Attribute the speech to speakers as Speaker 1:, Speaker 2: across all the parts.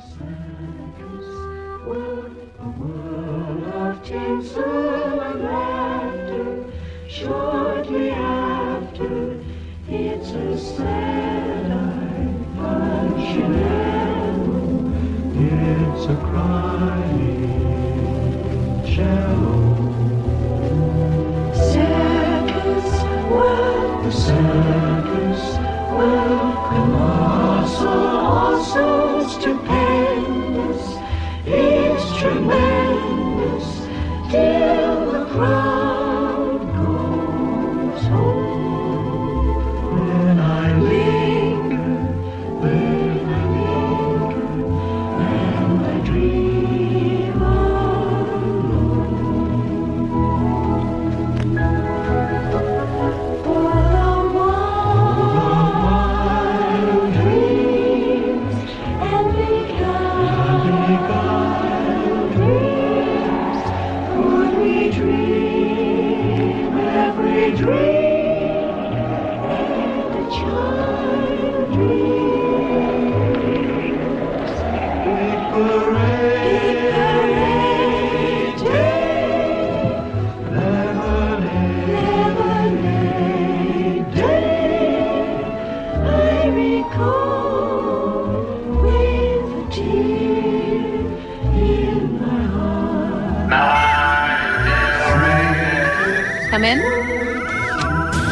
Speaker 1: circus with a world of tinsel and laughter. Shortly after, it's a sad-eyed punchinello. It's a crying cello. Circus world, the circus world, colossal, also stupendous. It's tremendous till the crowd goes home. Then I linger, then I linger, and I dream alone. For the wild dreams and big wild dreams. Could we dream every dream and the child dreams? Big parade day, lemonade day. I recall with a tear in my heart.
Speaker 2: Come in.
Speaker 3: Oh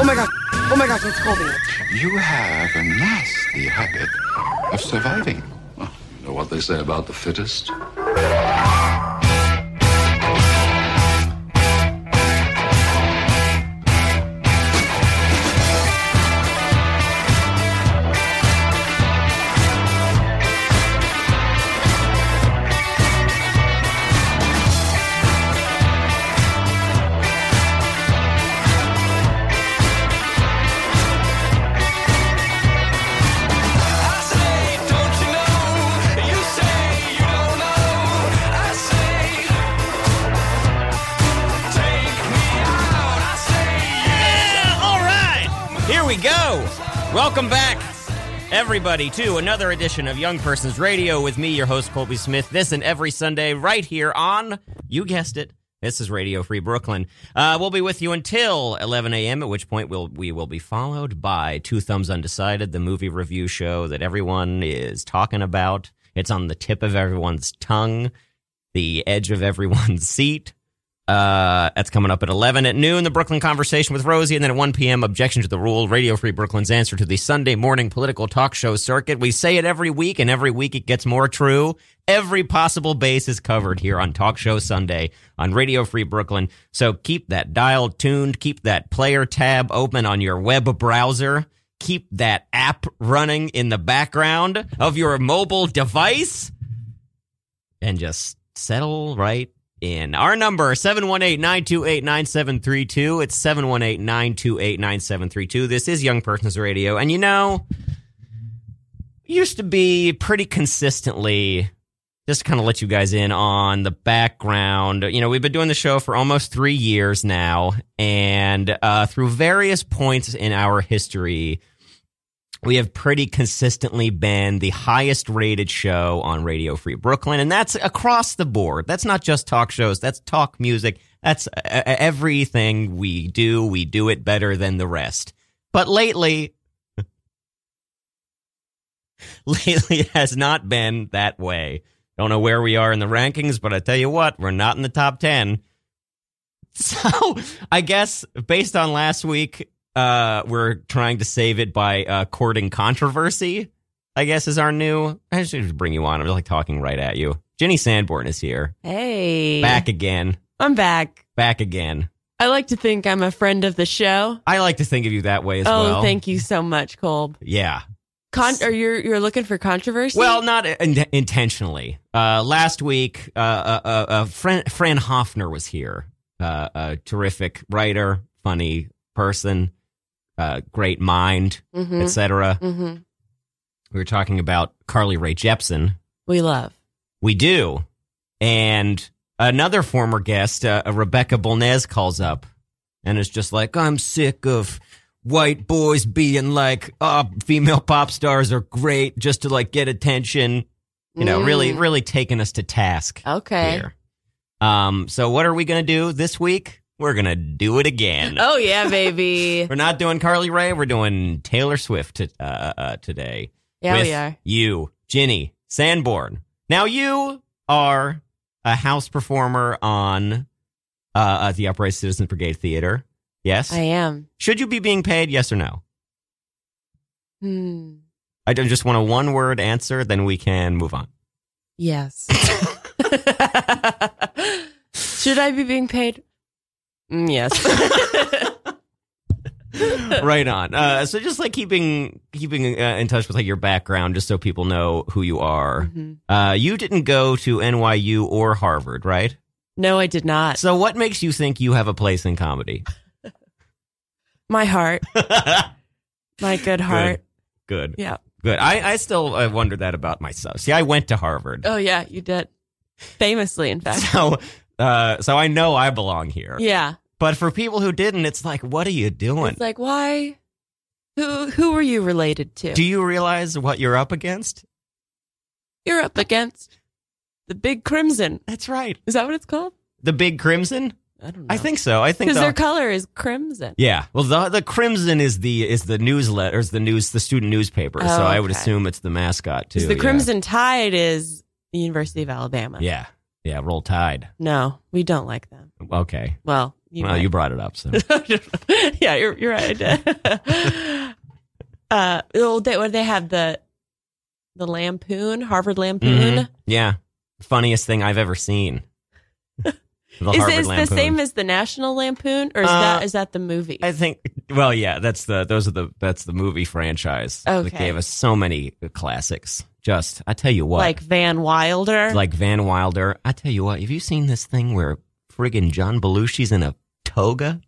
Speaker 3: my god. Oh my gosh, it's Colby.
Speaker 4: You have a nasty habit of surviving. Well, you know what they say about the fittest?
Speaker 5: I say, don't you know? You say you don't know. I say, take me out. I say,
Speaker 6: Yeah, all right. Here we go. Welcome back, everybody, to another edition of Young Persons Radio with me, your host, Colby Smith. This and every Sunday, right here on, you guessed it, this is Radio Free Brooklyn. Uh, we'll be with you until 11 a.m., at which point we'll, we will be followed by Two Thumbs Undecided, the movie review show that everyone is talking about. It's on the tip of everyone's tongue, the edge of everyone's seat. Uh, that's coming up at 11 at noon, the Brooklyn Conversation with Rosie, and then at 1 p.m., Objection to the Rule, Radio Free Brooklyn's answer to the Sunday morning political talk show circuit. We say it every week, and every week it gets more true. Every possible base is covered here on Talk Show Sunday on Radio Free Brooklyn. So keep that dial tuned, keep that player tab open on your web browser, keep that app running in the background of your mobile device and just settle right in. Our number 718-928-9732. It's 718-928-9732. This is Young Persons Radio and you know it used to be pretty consistently just kind of let you guys in on the background. You know, we've been doing the show for almost 3 years now and uh through various points in our history we have pretty consistently been the highest rated show on Radio Free Brooklyn, and that's across the board. That's not just talk shows, that's talk music, that's uh, uh, everything we do. We do it better than the rest. But lately, lately it has not been that way. Don't know where we are in the rankings, but I tell you what, we're not in the top 10. So I guess based on last week, uh, we're trying to save it by uh, courting controversy. I guess is our new. I should bring you on. I'm like talking right at you. Jenny Sanborn is here,
Speaker 3: Hey.
Speaker 6: back again,
Speaker 3: I'm back.
Speaker 6: back again.
Speaker 3: I like to think I'm a friend of the show.
Speaker 6: I like to think of you that way as
Speaker 3: oh,
Speaker 6: well.
Speaker 3: thank you so much, Colb.
Speaker 6: Yeah.
Speaker 3: Con- are you you're looking for controversy?
Speaker 6: Well, not in- intentionally. Uh, last week, uh, uh, uh, uh, Fran-, Fran Hoffner was here. Uh, a terrific writer, funny person, uh, great mind,
Speaker 2: Mm-hmm.
Speaker 3: hmm
Speaker 6: etc.
Speaker 3: hmm
Speaker 6: We were talking about Carly Rae Jepsen,
Speaker 3: we love.
Speaker 6: We do. And another former guest, uh, Rebecca Bolnez, calls up and is just like, I'm sick of white boys being like, oh, female pop stars are great just to like get attention. You know, really, really taking us to task
Speaker 2: Mm. Okay.
Speaker 6: here. Um, so what are we gonna do this week? We're gonna do it again.
Speaker 2: Oh yeah, baby.
Speaker 6: We're not doing Carly Rae. We're doing Taylor Swift to, uh, uh, today.
Speaker 2: Yeah,
Speaker 6: with
Speaker 2: we are.
Speaker 6: You, Ginny Sanborn. Now you are a house performer on uh, at the Upright Citizens Brigade Theater. Yes.
Speaker 2: I am.
Speaker 6: Should you be being paid? Yes or no?
Speaker 2: Hmm.
Speaker 6: I don't- just want a one word answer. Then we can move on.
Speaker 2: Yes. Should I be being paid? Mm, yes.
Speaker 6: right on. Uh, so just like keeping keeping uh, in touch with like your background, just so people know who you are.
Speaker 2: Mhm.
Speaker 6: Uh, you didn't go to NYU or Harvard, right?
Speaker 2: No, I did not.
Speaker 6: So what makes you think you have a place in comedy?
Speaker 2: My heart,
Speaker 6: Good.
Speaker 2: my good heart.
Speaker 6: Good.
Speaker 2: Yeah.
Speaker 6: Good. I, I still uh, wonder that about myself. See, I went to Harvard.
Speaker 2: Oh yeah, you did. Famously, in fact.
Speaker 6: So uh, so I know I belong here.
Speaker 2: Yeah.
Speaker 6: But for people who didn't, it's like, what are you doing?
Speaker 2: It's like why? Who who were you related to?
Speaker 6: Do you realize what you're up against?
Speaker 2: You're up against the Big Crimson.
Speaker 6: That's right.
Speaker 2: Is that what it's called?
Speaker 6: The Big Crimson?
Speaker 2: I don't know.
Speaker 6: I think so. I think
Speaker 2: because
Speaker 6: the-
Speaker 2: their color is crimson.
Speaker 6: Yeah. Well, the the Crimson is the is the newsletter, is the news, the student newspaper.
Speaker 2: Oh,
Speaker 6: so I would
Speaker 2: okay.
Speaker 6: assume it's the mascot too.
Speaker 2: Because the
Speaker 6: yeah.
Speaker 2: Crimson Tide is the University of Alabama.
Speaker 6: Yeah. Yeah. Roll Tide.
Speaker 2: No, we don't like them.
Speaker 6: Okay.
Speaker 2: Well, you.
Speaker 6: well,
Speaker 2: might.
Speaker 6: you brought it up, so
Speaker 2: yeah, you're, you're right. I did. uh, well, they, what, they have the the Lampoon, Harvard Lampoon.
Speaker 6: Mhm. Yeah. Funniest thing I've ever seen. The
Speaker 2: Is
Speaker 6: Harvard
Speaker 2: it is the
Speaker 6: Lampoon.
Speaker 2: same as the National Lampoon, or is
Speaker 6: Uh,
Speaker 2: that is that the movie?
Speaker 6: I think well, yeah, that's the those are the that's the movie franchise
Speaker 2: Okay.
Speaker 6: that gave us so many classics. Just I tell you what.
Speaker 2: Like Van Wilder.
Speaker 6: like Van Wilder. I tell you what, have you seen this thing where friggin' John Belushi's in a toga?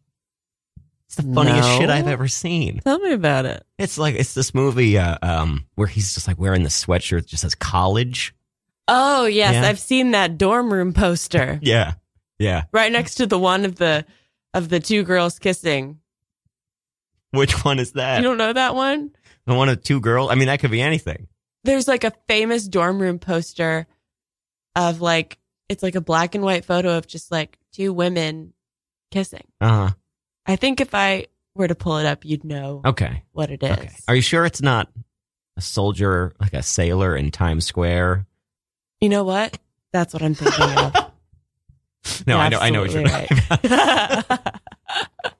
Speaker 6: It's the funniest
Speaker 2: No.
Speaker 6: shit I've ever seen.
Speaker 2: tell me about it.
Speaker 6: It's like it's this movie uh, um where he's just like wearing the sweatshirt that just says college.
Speaker 2: Oh yes,
Speaker 6: Yeah.
Speaker 2: I've seen that dorm room poster
Speaker 6: Yeah. Yeah.
Speaker 2: right next to the one of the of the two girls kissing.
Speaker 6: Which one is that?
Speaker 2: You don't know that one?
Speaker 6: the one of two girls? I mean, that could be anything.
Speaker 2: there's like a famous dorm room poster of like it's like a black and white photo of just like two women kissing.
Speaker 6: Uh huh.
Speaker 2: I think if I were to pull it up, you'd know
Speaker 6: Okay.
Speaker 2: what it is.
Speaker 6: Oh, Okay. Are you sure it's not a soldier, like a sailor in Times Square?
Speaker 2: You know what? That's what I'm thinking of.
Speaker 6: No,
Speaker 2: You're
Speaker 6: I know, I know what you're
Speaker 2: absolutely
Speaker 6: talking about.
Speaker 2: right.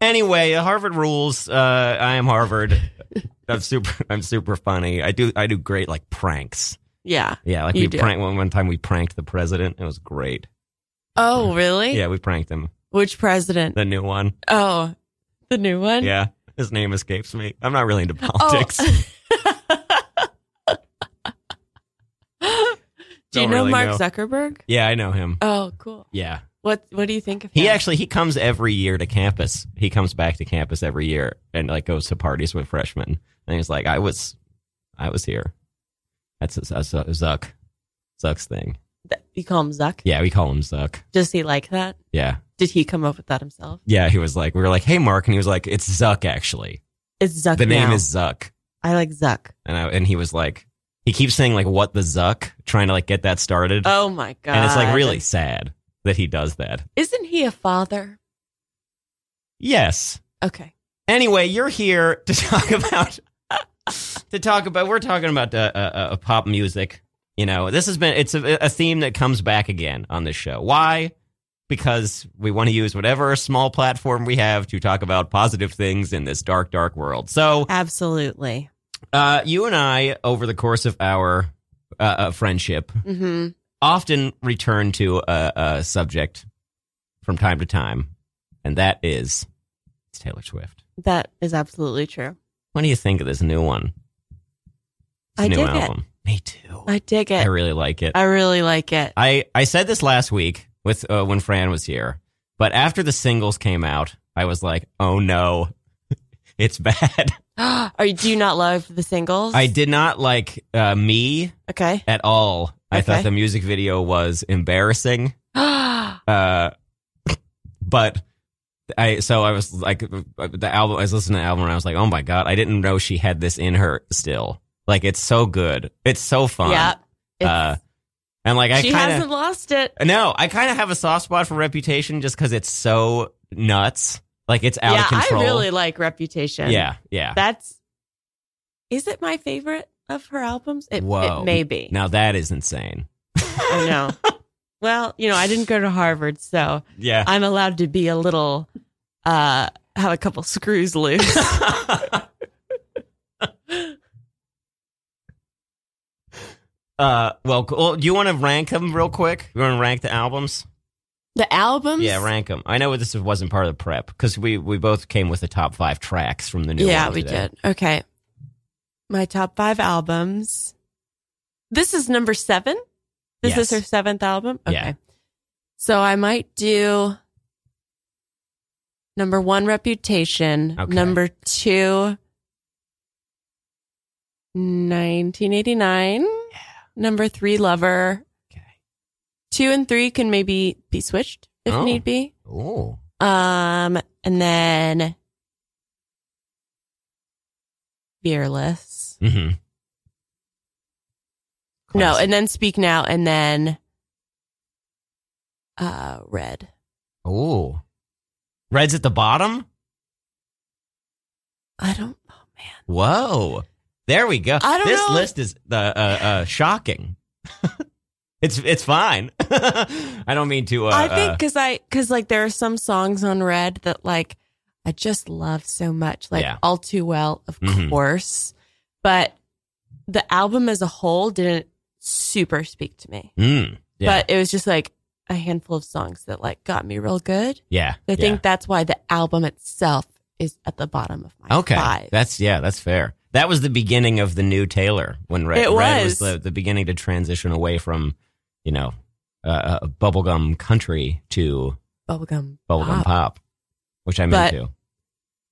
Speaker 6: Anyway, uh, Harvard rules. Uh, I am Harvard. I'm super. I'm super funny. I do. I do great like pranks.
Speaker 2: yeah.
Speaker 6: Yeah, like
Speaker 2: You
Speaker 6: we
Speaker 2: do.
Speaker 6: pranked one, one time. We pranked the president. It was great.
Speaker 2: Oh, really?
Speaker 6: Yeah, we pranked him.
Speaker 2: Which president?
Speaker 6: The new one.
Speaker 2: Oh, the new one?
Speaker 6: Yeah, his name escapes me. I'm not really into
Speaker 2: Oh.
Speaker 6: politics.
Speaker 2: do you
Speaker 6: Don't
Speaker 2: know
Speaker 6: really
Speaker 2: Mark
Speaker 6: know.
Speaker 2: Zuckerberg?
Speaker 6: Yeah, I know him.
Speaker 2: Oh, cool.
Speaker 6: Yeah,
Speaker 2: What What do you think of him?
Speaker 6: he actually he comes every year to campus. He comes back to campus every year and like goes to parties with freshmen. And he's like, I was, I was here. That's, that's uh, Zuck, Zuck's thing.
Speaker 2: you call him Zuck.
Speaker 6: Yeah, we call him Zuck.
Speaker 2: Does he like that?
Speaker 6: Yeah.
Speaker 2: Did he come up with that himself?
Speaker 6: Yeah, he was like, we were like, hey, Mark. And he was like, it's Zuck, actually.
Speaker 2: It's Zuck.
Speaker 6: The name
Speaker 2: now.
Speaker 6: is Zuck.
Speaker 2: I like Zuck.
Speaker 6: And, I, and he was like, he keeps saying, like, what the Zuck, trying to, like, get that started.
Speaker 2: Oh my god!
Speaker 6: and it's, like, really sad that he does that.
Speaker 2: Isn't he a father?
Speaker 6: Yes.
Speaker 2: Okay.
Speaker 6: Anyway, you're here to talk about, to talk about, we're talking about uh, uh, uh, pop music. You know, this has been, it's a, a theme that comes back again on this show. Why? Because we want to use whatever small platform we have to talk about positive things in this dark, dark world. So,
Speaker 2: Absolutely.
Speaker 6: Uh, you and I, over the course of our uh, uh, friendship,
Speaker 2: Mm-hmm.
Speaker 6: often return to a, a subject from time to time, and that is it's Taylor Swift.
Speaker 2: That is absolutely true.
Speaker 6: What do you think of this new one? This
Speaker 2: I
Speaker 6: new
Speaker 2: dig it.
Speaker 6: album. Me too.
Speaker 2: I dig
Speaker 6: I
Speaker 2: it.
Speaker 6: really like it.
Speaker 2: I really like it.
Speaker 6: I I said this last week with uh, when Fran was here, but after the singles came out, I was like, oh no, it's bad.
Speaker 2: Are you, do you not love the singles?
Speaker 6: I did not like uh, me.
Speaker 2: Okay.
Speaker 6: at all. I
Speaker 2: Okay.
Speaker 6: thought the music video was embarrassing. Uh, but I so I was like uh, the album. I was listening to the album and I was like, oh my god, I didn't know she had this in her still. Like it's so good. It's so fun.
Speaker 2: Yeah. It's-
Speaker 6: Uh, and like I
Speaker 2: she
Speaker 6: kind
Speaker 2: hasn't
Speaker 6: of
Speaker 2: lost it.
Speaker 6: no, I kind of have a soft spot for Reputation just because it's so nuts. Like it's out
Speaker 2: yeah,
Speaker 6: of control.
Speaker 2: I really like Reputation.
Speaker 6: yeah, yeah.
Speaker 2: that's. Is it my favorite of her albums? It,
Speaker 6: Whoa.
Speaker 2: it may be.
Speaker 6: now that is insane.
Speaker 2: I know. Well, you know, I didn't go to Harvard, so
Speaker 6: Yeah.
Speaker 2: I'm allowed to be a little, uh, have a couple screws loose.
Speaker 6: uh, well, cool. do you want to rank them real quick? You want to rank the albums?
Speaker 2: the albums?
Speaker 6: Yeah, rank them. I know this wasn't part of the prep because we we both came with the top five tracks from the new.
Speaker 2: Yeah,
Speaker 6: one
Speaker 2: we
Speaker 6: today.
Speaker 2: did. Okay. My top five albums. This is number seven. This
Speaker 6: Yes.
Speaker 2: is her seventh album. Okay.
Speaker 6: Yeah.
Speaker 2: So I might do number one, Reputation.
Speaker 6: Okay.
Speaker 2: Number two, 1989. Number three, Lover.
Speaker 6: Okay.
Speaker 2: Two and three can maybe be switched if
Speaker 6: Oh.
Speaker 2: need be.
Speaker 6: Oh,
Speaker 2: Um, and then fearless.
Speaker 6: hmm
Speaker 2: No, and then speak now, and then uh, red.
Speaker 6: oh, Red's at the bottom.
Speaker 2: I don't. Oh man,
Speaker 6: Whoa, there we go.
Speaker 2: I don't
Speaker 6: this
Speaker 2: know.
Speaker 6: list is uh, uh, uh, shocking. it's it's fine. I don't mean to. Uh,
Speaker 2: I
Speaker 6: uh,
Speaker 2: think because I because like there are some songs on red that like I just love so much, like
Speaker 6: Yeah.
Speaker 2: all too well, of
Speaker 6: Mhm.
Speaker 2: course, but the album as a whole didn't super speak to me.
Speaker 6: mm, yeah,
Speaker 2: But it was just like a handful of songs that like got me real good.
Speaker 6: yeah,
Speaker 2: I
Speaker 6: yeah.
Speaker 2: think that's why the album itself is at the bottom of my
Speaker 6: Okay,
Speaker 2: five.
Speaker 6: that's yeah, that's fair. That was the beginning of the new Taylor when Red,
Speaker 2: It
Speaker 6: Red was
Speaker 2: was.
Speaker 6: the, the beginning to transition away from, you know, uh, uh, bubblegum country to
Speaker 2: bubblegum
Speaker 6: bubblegum pop,
Speaker 2: pop.
Speaker 6: which I'm into.
Speaker 2: But-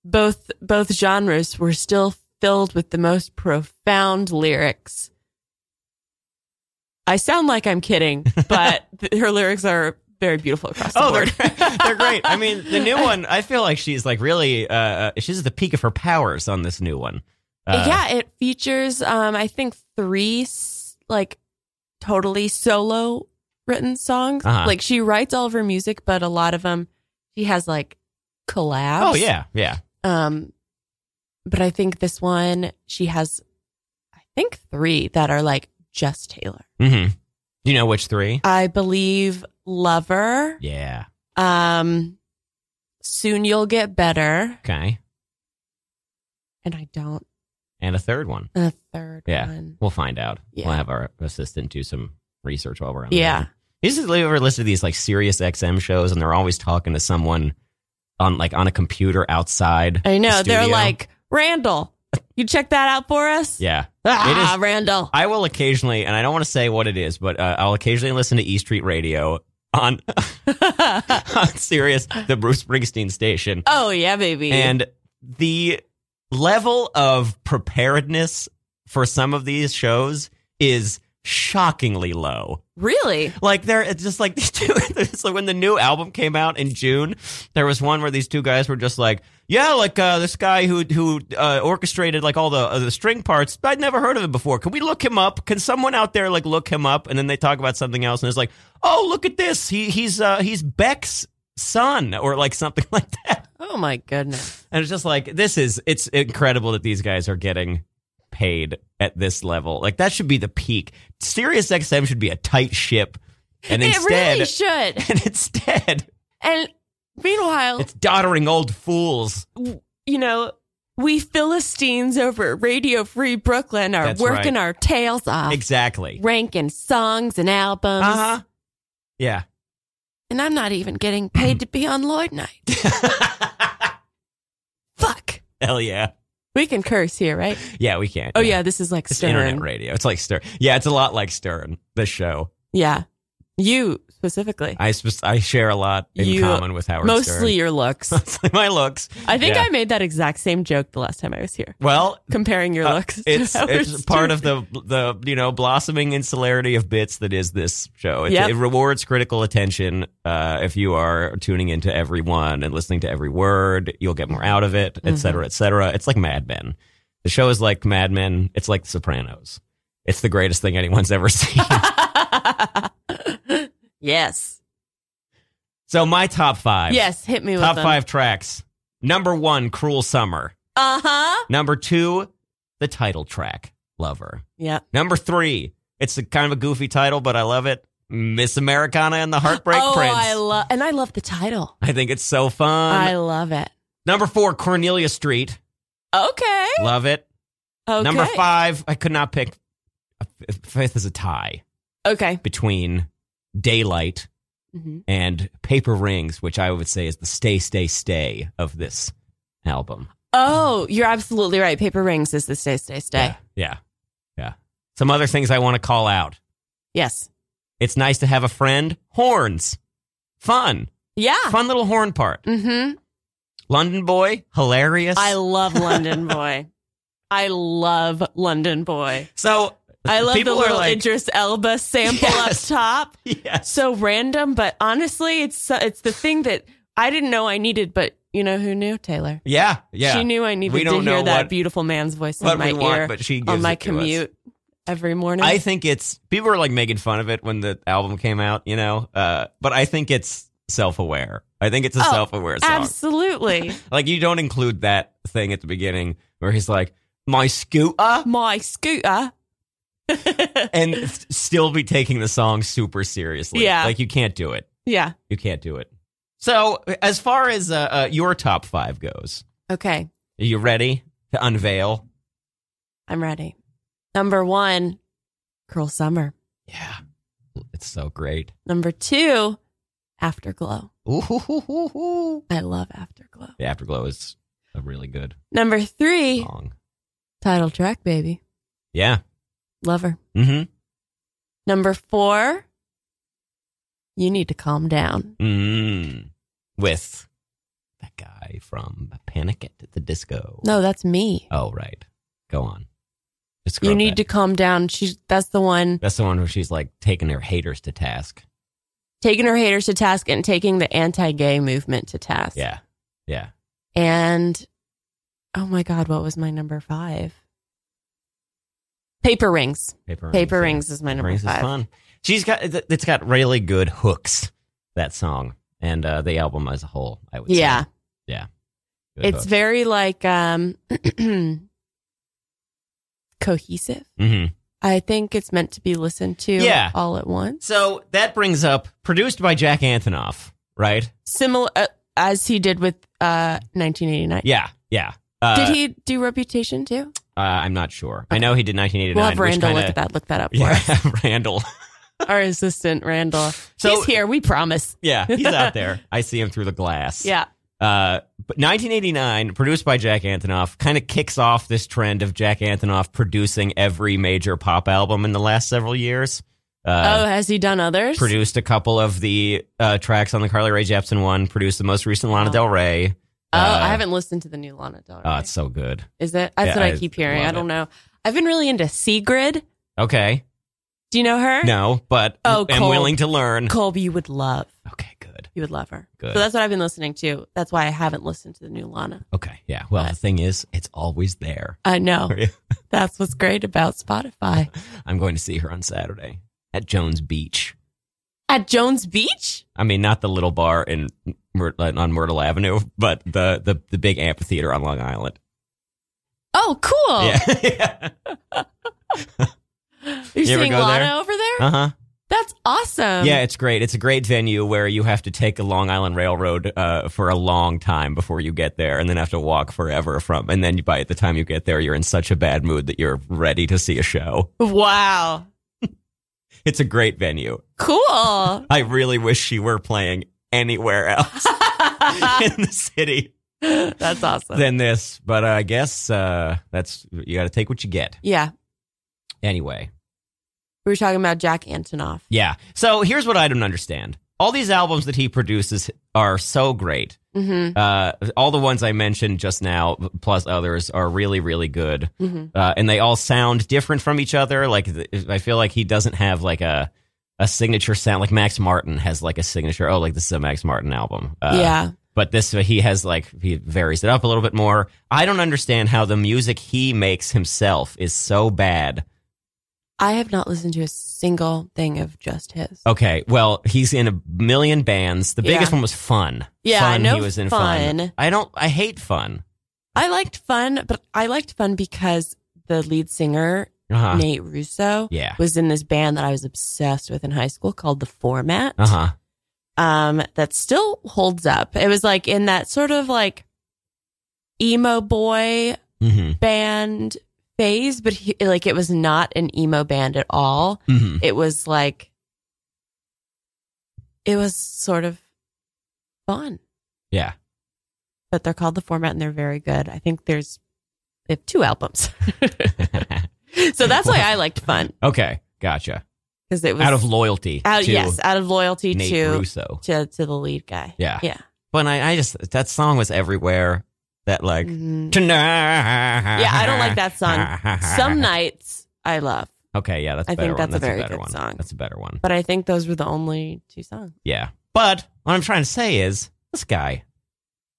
Speaker 2: Both both genres were still filled with the most profound lyrics. I sound like I'm kidding, but th- her lyrics are very beautiful across the
Speaker 6: Oh, they're,
Speaker 2: board.
Speaker 6: they're great. I mean, the new one, I feel like she's like really, uh, uh, she's at the peak of her powers on this new one. Uh,
Speaker 2: yeah, it features um I think three s- like totally solo written songs.
Speaker 6: Uh-huh.
Speaker 2: Like she writes all of her music, but a lot of them she has like collabs.
Speaker 6: Oh, yeah, yeah.
Speaker 2: Um, but I think this one she has, I think three that are like just Taylor.
Speaker 6: Mm-hmm. You know which three?
Speaker 2: I believe Lover.
Speaker 6: Yeah.
Speaker 2: Um, Soon You'll Get Better,
Speaker 6: Okay.
Speaker 2: and I don't.
Speaker 6: And a third one.
Speaker 2: and The third
Speaker 6: Yeah.
Speaker 2: one.
Speaker 6: We'll find out.
Speaker 2: Yeah.
Speaker 6: We'll have our assistant do some research while we're on.
Speaker 2: Yeah.
Speaker 6: This is ever listed these like serious XM shows and they're always talking to someone on like on a computer outside.
Speaker 2: I know
Speaker 6: the
Speaker 2: they're
Speaker 6: studio.
Speaker 2: like Randall. You check that out for us.
Speaker 6: Yeah.
Speaker 2: Ah,
Speaker 6: It is-
Speaker 2: Randall.
Speaker 6: I will occasionally and I don't want to say what it is, but uh, I'll occasionally listen to E Street Radio on on Sirius, the Bruce Springsteen station.
Speaker 2: oh yeah, baby.
Speaker 6: And the level of preparedness for some of these shows is shockingly low.
Speaker 2: really,
Speaker 6: Like they're it's just like these two. so when the new album came out in June, there was one where these two guys were just like, "Yeah, like uh, this guy who who uh, orchestrated like all the uh, the string parts. I'd never heard of him before. Can we look him up? Can someone out there like look him up?" And then they talk about something else, and it's like, "Oh, look at this. He he's uh, he's Beck's son, or like something like that."
Speaker 2: oh my goodness.
Speaker 6: And it's just like this is it's incredible that these guys are getting paid at this level. Like that should be the peak. Sirius XM should be a tight ship. And
Speaker 2: it
Speaker 6: instead,
Speaker 2: really should.
Speaker 6: and instead,
Speaker 2: And meanwhile,
Speaker 6: it's doddering old fools.
Speaker 2: you know, we Philistines over at Radio Free Brooklyn are
Speaker 6: That's
Speaker 2: working
Speaker 6: right.
Speaker 2: our tails off,
Speaker 6: Exactly.
Speaker 2: ranking songs and albums.
Speaker 6: Uh huh. Yeah.
Speaker 2: And I'm not even getting paid to be on Lloyd Night. Fuck.
Speaker 6: Hell yeah.
Speaker 2: We can curse here, right?
Speaker 6: Yeah, we can't.
Speaker 2: Oh, yeah, this is like
Speaker 6: It's
Speaker 2: Stern.
Speaker 6: internet radio. It's like Stern. Yeah, it's a lot like Stern, the show.
Speaker 2: Yeah. You specifically.
Speaker 6: I sp- I share a lot in
Speaker 2: You-
Speaker 6: common with Howard
Speaker 2: Mostly
Speaker 6: Stern.
Speaker 2: your looks.
Speaker 6: Mostly my looks.
Speaker 2: I think
Speaker 6: Yeah.
Speaker 2: I made that exact same joke the last time I was here,
Speaker 6: Well,
Speaker 2: comparing your
Speaker 6: uh,
Speaker 2: looks. to
Speaker 6: it's
Speaker 2: our
Speaker 6: it's part of
Speaker 2: Stern.
Speaker 6: the the you know blossoming insularity of bits that is this show. It,
Speaker 2: Yep.
Speaker 6: it rewards critical attention. Uh, if you are tuning into everyone and listening to every word, you'll get more out of
Speaker 2: Mm-hmm.
Speaker 6: it, et cetera, et cetera. It's like Mad Men. The show is like Mad Men. It's like The Sopranos. It's the greatest thing anyone's ever seen.
Speaker 2: yes.
Speaker 6: so my top five.
Speaker 2: Yes. Hit me with
Speaker 6: Top
Speaker 2: them.
Speaker 6: five tracks. Number one, Cruel Summer.
Speaker 2: Uh huh.
Speaker 6: Number two, the title track, Lover.
Speaker 2: Yeah.
Speaker 6: Number three, it's a kind of a goofy title, but I love it. Miss Americana and the Heartbreak
Speaker 2: oh,
Speaker 6: Prince.
Speaker 2: I
Speaker 6: I,
Speaker 2: love and I love the title.
Speaker 6: think it's so fun.
Speaker 2: I love it.
Speaker 6: Number four, Cornelia Street.
Speaker 2: Okay.
Speaker 6: Love it.
Speaker 2: Okay.
Speaker 6: Number five, I could not pick. Fifth is a tie
Speaker 2: Okay.
Speaker 6: between Daylight Mm-hmm.
Speaker 2: hmm
Speaker 6: and Paper Rings, which I would say is the stay, stay, stay of this album.
Speaker 2: Oh, you're absolutely right. Paper rings is the stay, stay, stay.
Speaker 6: Yeah. Yeah. Yeah. Some other things I want to call out.
Speaker 2: Yes.
Speaker 6: It's nice to have a friend. Horns. Fun.
Speaker 2: Yeah.
Speaker 6: Fun little horn part.
Speaker 2: Mm-hmm.
Speaker 6: London Boy. Hilarious.
Speaker 2: I love London Boy. I love London Boy.
Speaker 6: so
Speaker 2: I love
Speaker 6: people are
Speaker 2: the little
Speaker 6: like,
Speaker 2: Idris Elba sample
Speaker 6: Yes.
Speaker 2: up top.
Speaker 6: Yes.
Speaker 2: So random, but honestly, it's uh, it's the thing that I didn't know I needed, but you know who knew Taylor.
Speaker 6: Yeah. Yeah.
Speaker 2: She knew I needed
Speaker 6: We
Speaker 2: to
Speaker 6: don't
Speaker 2: hear
Speaker 6: know
Speaker 2: that
Speaker 6: what-
Speaker 2: beautiful man's voice
Speaker 6: what
Speaker 2: in my
Speaker 6: we want,
Speaker 2: ear
Speaker 6: but she gives
Speaker 2: on my
Speaker 6: it to us.
Speaker 2: commute every morning.
Speaker 6: I think it's people are like making fun of it when the album came out, you know. Uh, but I think it's self-aware. I think it's a
Speaker 2: Oh,
Speaker 6: self-aware song.
Speaker 2: Absolutely.
Speaker 6: Like you don't include that thing at the beginning where he's like, "My scooter,"
Speaker 2: my scooter.
Speaker 6: and s- still be taking the song super seriously.
Speaker 2: Yeah.
Speaker 6: like you can't do it.
Speaker 2: yeah.
Speaker 6: You can't do it. So as far as uh, uh, your top five goes,
Speaker 2: Okay.
Speaker 6: are you ready to unveil?
Speaker 2: I'm ready. Number one, Curl Summer.
Speaker 6: Yeah, it's so great.
Speaker 2: Number two, Afterglow.
Speaker 6: Ooh, hoo, hoo, hoo, hoo.
Speaker 2: I love Afterglow.
Speaker 6: The afterglow is a really good
Speaker 2: Number three,
Speaker 6: song.
Speaker 2: title track, baby.
Speaker 6: Yeah.
Speaker 2: Lover.
Speaker 6: Mm-hmm.
Speaker 2: Number four, you need to calm down.
Speaker 6: Mm. With that guy from Panic at the Disco.
Speaker 2: No, that's me.
Speaker 6: Oh, right. Go on. Just
Speaker 2: you need to calm down. She's that's the one
Speaker 6: That's the one where she's like taking her haters to task.
Speaker 2: taking her haters to task and taking the anti-gay movement to task.
Speaker 6: Yeah. Yeah.
Speaker 2: And oh my god, what was my number five? Paper rings.
Speaker 6: Paper
Speaker 2: Paper
Speaker 6: yeah.
Speaker 2: rings is my number
Speaker 6: Rings is
Speaker 2: five.
Speaker 6: fun. She's got, it- it's got really good hooks, that song, and uh, the album as a whole, I would
Speaker 2: Yeah.
Speaker 6: say. Yeah. Good
Speaker 2: It's
Speaker 6: hooks.
Speaker 2: very like um cohesive.
Speaker 6: Mhm.
Speaker 2: I think it's meant to be listened to
Speaker 6: Yeah.
Speaker 2: all at once.
Speaker 6: So that brings up produced by Jack Antonoff, right?
Speaker 2: Similar uh, as he did with uh 1989.
Speaker 6: Yeah, yeah. Uh,
Speaker 2: Did he do Reputation too?
Speaker 6: Uh, I'm not sure. I know he did 1989.
Speaker 2: We'll have
Speaker 6: which
Speaker 2: Randall look
Speaker 6: kinda-
Speaker 2: at that. Look that up for us.
Speaker 6: Yeah, Randall.
Speaker 2: Our assistant Randall.
Speaker 6: So-
Speaker 2: He's here. We promise.
Speaker 6: Yeah, he's out there. I see him through the glass.
Speaker 2: Yeah.
Speaker 6: Uh, but 1989, produced by Jack Antonoff, kind of kicks off this trend of Jack Antonoff producing every major pop album in the last several years. Uh,
Speaker 2: oh, has he done others?
Speaker 6: produced a couple of the uh, tracks on the Carly Rae Jepsen one. Produced the most recent Lana
Speaker 2: Oh.
Speaker 6: Del Rey.
Speaker 2: oh,
Speaker 6: Uh,
Speaker 2: I haven't listened to the new Lana Del Rey.
Speaker 6: Oh, it's so good.
Speaker 2: Is it? That's
Speaker 6: Yeah,
Speaker 2: what I,
Speaker 6: I
Speaker 2: keep hearing.
Speaker 6: love
Speaker 2: I don't
Speaker 6: it.
Speaker 2: know. I've been really into Sigrid.
Speaker 6: Okay.
Speaker 2: Do you know her?
Speaker 6: No, but
Speaker 2: Oh,
Speaker 6: I'm
Speaker 2: Cole.
Speaker 6: willing to learn.
Speaker 2: Colby, you would love.
Speaker 6: Okay, good.
Speaker 2: You would love her.
Speaker 6: Good.
Speaker 2: So that's what I've been listening to. That's why I haven't listened to the new Lana.
Speaker 6: Okay, yeah. Well, the thing is, it's always there.
Speaker 2: I know.
Speaker 6: Yeah.
Speaker 2: That's what's great about Spotify.
Speaker 6: I'm going to see her on Saturday at Jones Beach.
Speaker 2: At Jones Beach?
Speaker 6: I mean, not the little bar in Myr- on Myrtle Avenue, but the the, the big amphitheater on Long Island.
Speaker 2: Oh, cool.
Speaker 6: Yeah.
Speaker 2: You're
Speaker 6: You ever
Speaker 2: seeing
Speaker 6: go
Speaker 2: Lana
Speaker 6: there?
Speaker 2: over there?
Speaker 6: uh huh.
Speaker 2: That's awesome.
Speaker 6: Um, Yeah, it's great. It's a great venue where you have to take the Long Island Railroad uh, for a long time before you get there, and then have to walk forever from. And then by the time you get there, you're in such a bad mood that you're ready to see a show.
Speaker 2: Wow.
Speaker 6: It's a great venue.
Speaker 2: Cool.
Speaker 6: I really wish she were playing anywhere else in the city
Speaker 2: That's awesome.
Speaker 6: than this, but I guess uh, that's you got to take what you get.
Speaker 2: yeah.
Speaker 6: Anyway,
Speaker 2: We were talking about Jack Antonoff.
Speaker 6: yeah. So here's what I don't understand: all these albums that he produces are so great.
Speaker 2: Mm-hmm.
Speaker 6: Uh, all the ones I mentioned just now, plus others, are really, really good.
Speaker 2: Mm-hmm.
Speaker 6: uh, and they all sound different from each other. Like th- I feel like he doesn't have like a a signature sound. Like Max Martin has like a signature. Oh, like this is a Max Martin album. Uh,
Speaker 2: yeah.
Speaker 6: But this he has like he varies it up a little bit more. I don't understand how the music he makes himself is so bad
Speaker 2: I have not listened to a single thing of just his.
Speaker 6: Okay, well, he's in a million bands. The biggest
Speaker 2: Yeah.
Speaker 6: one was Fun.
Speaker 2: Yeah,
Speaker 6: fun,
Speaker 2: I know
Speaker 6: he was in fun.
Speaker 2: Fun.
Speaker 6: I don't. I hate Fun.
Speaker 2: I liked Fun, but I liked Fun because the lead singer
Speaker 6: Uh huh.
Speaker 2: Nate Russo
Speaker 6: Yeah.
Speaker 2: was in this band that I was obsessed with in high school called The Format.
Speaker 6: Uh huh.
Speaker 2: Um, that still holds up. It was like in that sort of like emo boy
Speaker 6: Mm
Speaker 2: band phase, but he, like it was not an emo band at all.
Speaker 6: hmm. Mm
Speaker 2: It was like it was sort of fun.
Speaker 6: Yeah.
Speaker 2: But they're called The Format and they're very good. I think there's they have two albums.
Speaker 6: hmm.
Speaker 2: so that's why I liked Fun
Speaker 6: okay, gotcha.
Speaker 2: because it was
Speaker 6: Out of loyalty.
Speaker 2: out
Speaker 6: to
Speaker 2: yes out of loyalty
Speaker 6: Nate
Speaker 2: to,
Speaker 6: Russo.
Speaker 2: to to the lead guy
Speaker 6: Yeah.
Speaker 2: yeah
Speaker 6: But I, I just that song was everywhere. That like
Speaker 2: Mhm.
Speaker 6: tonight.
Speaker 2: yeah I don't like that song some nights I love
Speaker 6: Okay, yeah, that's a
Speaker 2: I
Speaker 6: better
Speaker 2: think
Speaker 6: one.
Speaker 2: that's a very
Speaker 6: better
Speaker 2: good
Speaker 6: one.
Speaker 2: song.
Speaker 6: That's a better one.
Speaker 2: but I think those were the only two songs
Speaker 6: Yeah. But what I'm trying to say is this guy,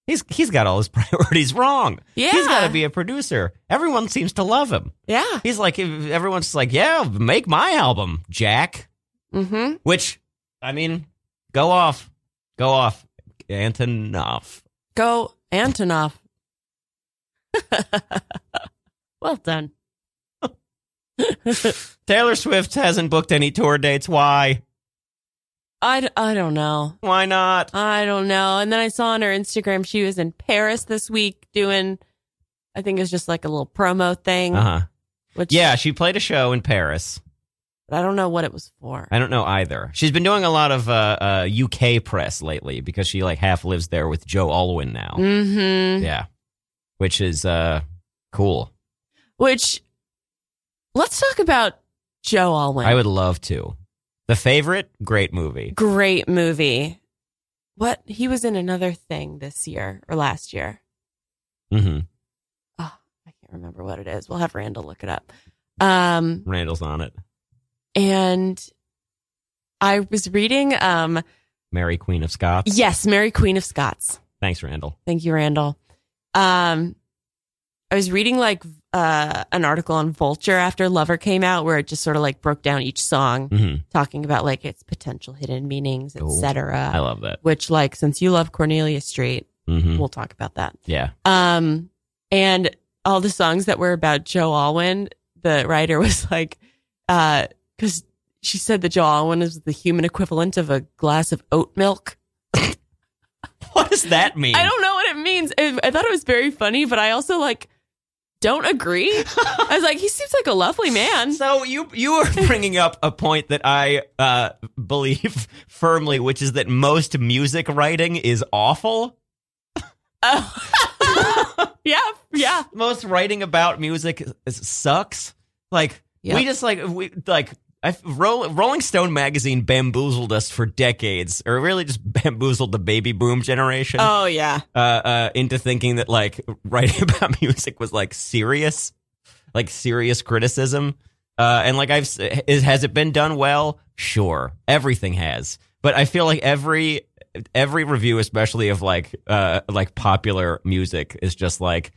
Speaker 6: he's he's got all his priorities wrong.
Speaker 2: yeah
Speaker 6: He's got to be a producer. Everyone seems to love him.
Speaker 2: yeah
Speaker 6: He's like everyone's like, yeah, make my album, Jack.
Speaker 2: mm-hmm
Speaker 6: Which, I mean, go off, go off, Antonoff.
Speaker 2: go Antonov well done
Speaker 6: Taylor Swift hasn't booked any tour dates. Why?
Speaker 2: I, d- I don't know
Speaker 6: Why not?
Speaker 2: I don't know and then I saw on her Instagram she was in Paris this week doing I think it was just like a little promo thing
Speaker 6: Uh huh.
Speaker 2: which
Speaker 6: Yeah, she played a show in Paris.
Speaker 2: I don't know what it was for
Speaker 6: I don't know either. She's been doing a lot of uh, uh, UK press lately because she like half lives there with Joe Alwyn now.
Speaker 2: mm-hmm
Speaker 6: Yeah, which is uh, cool.
Speaker 2: Which, let's talk about Joe Alwyn.
Speaker 6: I would love to. The favorite, great movie.
Speaker 2: Great movie. What he was in another thing this year or last year.
Speaker 6: hmm
Speaker 2: Oh, I can't remember what it is. We'll have Randall look it up. Um,
Speaker 6: Randall's on it.
Speaker 2: and I was reading. Um,
Speaker 6: Mary Queen of Scots.
Speaker 2: yes, Mary Queen of Scots.
Speaker 6: Thanks, Randall.
Speaker 2: Thank you, Randall. Um, I was reading like uh, an article on Vulture after Lover came out, where it just sort of like broke down each song.
Speaker 6: hmm
Speaker 2: talking about like its potential hidden meanings,
Speaker 6: Cool. I
Speaker 2: etc.
Speaker 6: love that.
Speaker 2: Which, like, since you love Cornelia Street,
Speaker 6: hmm
Speaker 2: we'll talk about that.
Speaker 6: Yeah.
Speaker 2: Um, and all the songs that were about Joe Alwyn, the writer was like, uh, because she said that Joe Alwyn is the human equivalent of a glass of oat milk.
Speaker 6: What does that mean?
Speaker 2: I don't know what it means. I, I thought it was very funny, but I also like don't agree. I was like, he seems like a lovely man.
Speaker 6: So you you are bringing up a point that I uh, believe firmly, which is that most music writing is awful.
Speaker 2: Oh. yeah, yeah.
Speaker 6: most writing about music is- is- sucks. Like
Speaker 2: Yeah.
Speaker 6: we just like we like I, Roll, Rolling Stone magazine bamboozled us for decades, or really just bamboozled the baby boom generation
Speaker 2: Oh yeah.
Speaker 6: uh, uh, into thinking that like writing about music was like serious, like serious criticism. Uh, and like I've, s- is, has it been done well? Sure, everything has. But I feel like every every review, especially of like uh, like popular music, is just like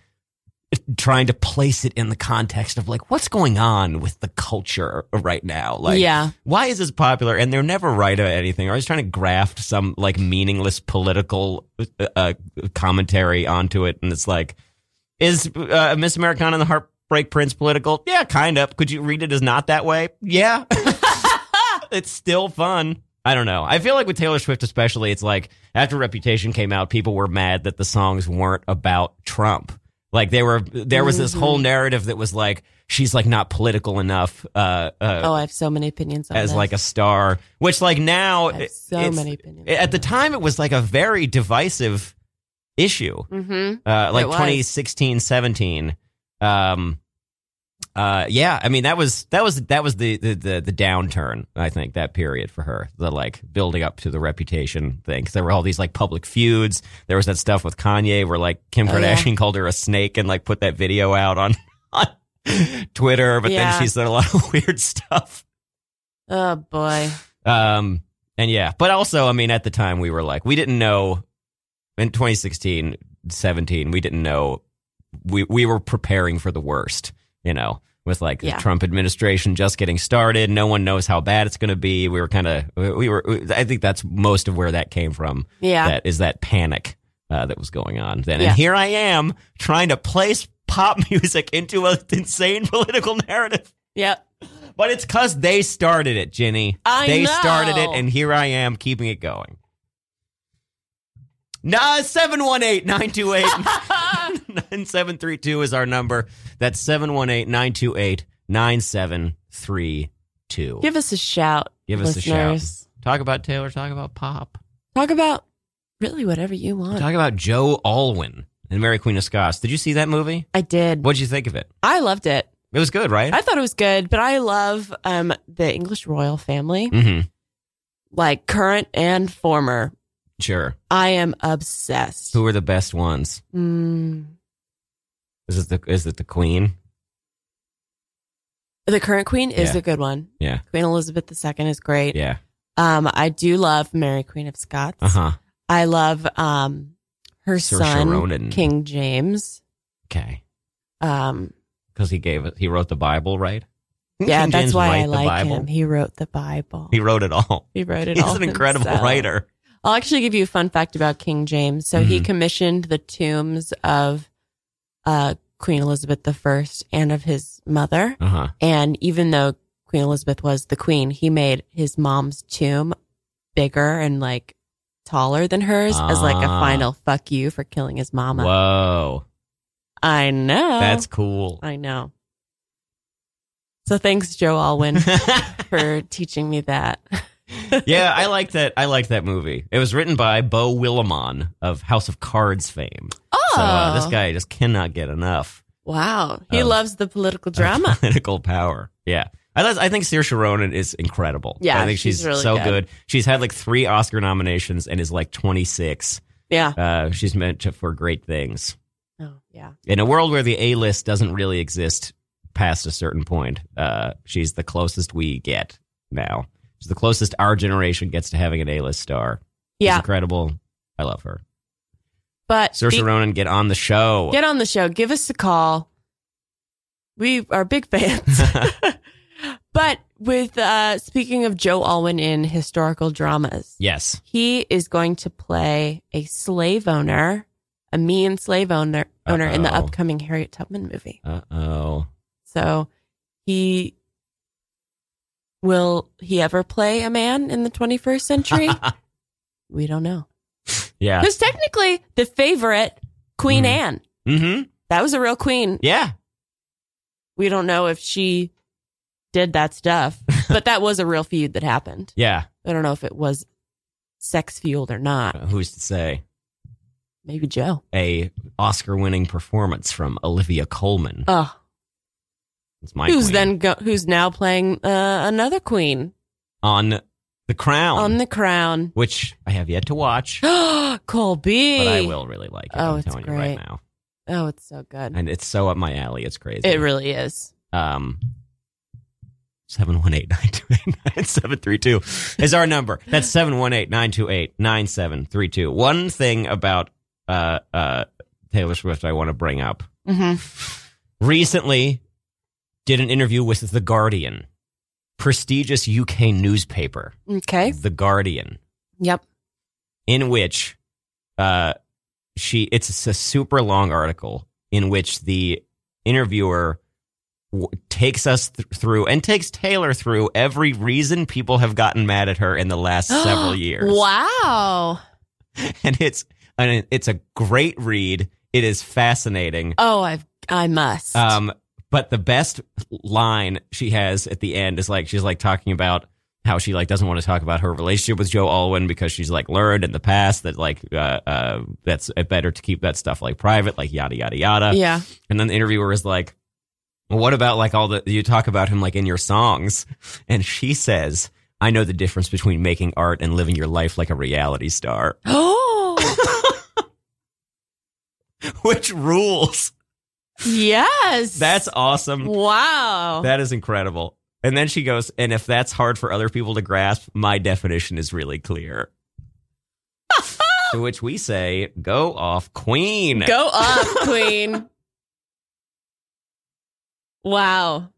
Speaker 6: trying to place it in the context of like what's going on with the culture right now. Like,
Speaker 2: Yeah.
Speaker 6: why is this popular? And they're never right about anything. Or always trying to graft some like meaningless political uh, uh, commentary onto it, and it's like, is uh, Miss Americana and the Heartbreak Prince political? Yeah, kind of. Could you read it as not that way? Yeah. it's still fun. I don't know. I feel like with Taylor Swift, especially, it's like after Reputation came out, people were mad that the songs weren't about Trump. Like they were, there was this
Speaker 2: Mm-hmm.
Speaker 6: whole narrative that was like she's like not political enough uh, uh,
Speaker 2: Oh, I have so many opinions on
Speaker 6: as
Speaker 2: this.
Speaker 6: like a star, which like now
Speaker 2: I have so
Speaker 6: it's-
Speaker 2: many opinions.
Speaker 6: at the time it was like a very divisive issue
Speaker 2: Mm-hmm.
Speaker 6: uh, like
Speaker 2: It was.
Speaker 6: 2016 17 um uh yeah i mean that was that was that was the, the the the downturn i think that period for her the like building up to the reputation thing 'Cause there were all these like public feuds there was that stuff with kanye where like kim
Speaker 2: Oh, yeah.
Speaker 6: kardashian called her a snake and like put that video out on on twitter but
Speaker 2: Yeah.
Speaker 6: then she said a lot of weird stuff
Speaker 2: Oh boy.
Speaker 6: um, and yeah, but also, I mean, at the time we were like, we didn't know in 2016, 17, we didn't know we, we were preparing for the worst, you know, with like the
Speaker 2: Yeah.
Speaker 6: Trump administration just getting started. No one knows how bad it's going to be. We were kind of, we were, I think that's most of where that came from.
Speaker 2: Yeah.
Speaker 6: That is that panic uh, that was going on then.
Speaker 2: Yeah.
Speaker 6: And here I am trying to place pop music into an insane political narrative.
Speaker 2: Yep.
Speaker 6: But it's because they started it, Ginny.
Speaker 2: I
Speaker 6: they
Speaker 2: know.
Speaker 6: started it, and here I am keeping it going. Nah, 718 928 9732 is our number. That's 718 928 9732.
Speaker 2: Give us a shout.
Speaker 6: Give us a
Speaker 2: listeners.
Speaker 6: shout. Talk about Taylor. Talk about Pop.
Speaker 2: Talk about really whatever you want.
Speaker 6: Talk about Joe Alwyn and Mary Queen of Scots. Did you see that movie?
Speaker 2: I did.
Speaker 6: What'd you think of it?
Speaker 2: I loved it.
Speaker 6: It was good, right?
Speaker 2: I thought it was good, but I love um, the English royal family,
Speaker 6: mm-hmm.
Speaker 2: like current and former.
Speaker 6: Sure.
Speaker 2: I am obsessed.
Speaker 6: Who were the best ones?
Speaker 2: Mm.
Speaker 6: Is it the, is it the Queen?
Speaker 2: The current queen is
Speaker 6: Yeah.
Speaker 2: a good one.
Speaker 6: Yeah.
Speaker 2: Queen Elizabeth II is great.
Speaker 6: Yeah.
Speaker 2: Um, I do love Mary Queen of Scots.
Speaker 6: Uh huh.
Speaker 2: I love um her
Speaker 6: Saoirse
Speaker 2: son
Speaker 6: Ronan.
Speaker 2: King James.
Speaker 6: Okay.
Speaker 2: Um,
Speaker 6: Because he gave it, he wrote the Bible, right? Didn't
Speaker 2: yeah,
Speaker 6: King
Speaker 2: that's
Speaker 6: James
Speaker 2: why
Speaker 6: write
Speaker 2: I
Speaker 6: the
Speaker 2: like
Speaker 6: Bible?
Speaker 2: him. He wrote the Bible.
Speaker 6: He wrote it all.
Speaker 2: He wrote it
Speaker 6: He's
Speaker 2: all.
Speaker 6: an incredible
Speaker 2: himself.
Speaker 6: writer. Mm-hmm.
Speaker 2: I'll actually give you a fun fact about King James. So he commissioned the tombs of uh, Queen Elizabeth I and of his mother.
Speaker 6: Uh huh.
Speaker 2: And even though Queen Elizabeth was the queen, he made his mom's tomb bigger and like taller than hers as like a
Speaker 6: Ah.
Speaker 2: final fuck you for killing his mama.
Speaker 6: Whoa,
Speaker 2: I know.
Speaker 6: that's cool.
Speaker 2: I know. So thanks, Joe Alwyn, for teaching me that.
Speaker 6: yeah, I like that. I like that movie. It was written by Bo Willimon of House of Cards fame.
Speaker 2: Oh,
Speaker 6: So uh, this guy just cannot get enough
Speaker 2: Wow, he
Speaker 6: of-
Speaker 2: loves the political
Speaker 6: of
Speaker 2: drama.
Speaker 6: political power. Yeah. I, love- I think Saoirse Ronan is incredible.
Speaker 2: Yeah,
Speaker 6: I think she's,
Speaker 2: she's really
Speaker 6: so
Speaker 2: good.
Speaker 6: good. She's had like three Oscar nominations and is like 26.
Speaker 2: yeah.
Speaker 6: Uh, she's meant to, for great things.
Speaker 2: Oh, yeah.
Speaker 6: in a world where the A list doesn't really exist past a certain point, uh, she's the closest we get now. She's the closest our generation gets to having an A list star. She's
Speaker 2: Yeah.
Speaker 6: incredible. I love her.
Speaker 2: But
Speaker 6: Saoirse
Speaker 2: be-
Speaker 6: Ronan, get on the show.
Speaker 2: get on the show. Give us a call. We are big fans. but with uh, speaking of Joe Alwyn in historical dramas,
Speaker 6: yes.
Speaker 2: he is going to play a slave owner, a mean slave owner, owner in the
Speaker 6: Uh-oh.
Speaker 2: upcoming Harriet Tubman movie.
Speaker 6: Uh oh.
Speaker 2: So he will he ever play a man in the 21st century? we don't know.
Speaker 6: Yeah.
Speaker 2: Because technically, the favorite, Queen
Speaker 6: Mhm.
Speaker 2: Anne,
Speaker 6: Mm hmm.
Speaker 2: that was a real queen.
Speaker 6: Yeah.
Speaker 2: We don't know if she did that stuff, but that was a real feud that happened.
Speaker 6: Yeah.
Speaker 2: I don't know if it was sex fueled or not.
Speaker 6: Uh, Who's to say?
Speaker 2: Maybe Joe.
Speaker 6: A Oscar winning performance from Olivia Coleman.
Speaker 2: Oh,
Speaker 6: It's my
Speaker 2: who's
Speaker 6: queen.
Speaker 2: then go- who's now playing uh, another queen
Speaker 6: on The Crown,
Speaker 2: on the crown?
Speaker 6: which I have yet to watch,
Speaker 2: Colby.
Speaker 6: but I will really like it.
Speaker 2: Oh,
Speaker 6: I'm
Speaker 2: it's
Speaker 6: telling you right
Speaker 2: great.
Speaker 6: now.
Speaker 2: Oh, it's so good.
Speaker 6: and it's so up my alley. It's crazy.
Speaker 2: It really is.
Speaker 6: um. 718-928-9732 is our number. That's 718-928-9732. One thing about uh, uh, Taylor Swift I want to bring up.
Speaker 2: Mm-hmm.
Speaker 6: Recently did an interview with The Guardian, prestigious UK newspaper,
Speaker 2: Okay.
Speaker 6: The Guardian,
Speaker 2: Yep.
Speaker 6: in which uh, she it's a super long article in which the interviewer w- takes us th- through and takes Taylor through every reason people have gotten mad at her in the last several years.
Speaker 2: Wow.
Speaker 6: And it's and it- it's a great read. It is fascinating.
Speaker 2: Oh, I've I must.
Speaker 6: Um, but the best line she has at the end is like she's like talking about how she like doesn't want to talk about her relationship with Joe Alwyn because she's like learned in the past that like uh, uh that's it better to keep that stuff like private, like yada yada yada.
Speaker 2: yeah.
Speaker 6: And then the interviewer is like, well, "What about like all the you talk about him like in your songs?" And she says. I know the difference between making art and living your life like a reality star,
Speaker 2: Oh.
Speaker 6: which rules.
Speaker 2: yes.
Speaker 6: That's awesome.
Speaker 2: wow.
Speaker 6: That is incredible. And then she goes, and if that's hard for other people to grasp, my definition is really clear. to which we say, go off, queen.
Speaker 2: Go up, queen. Wow.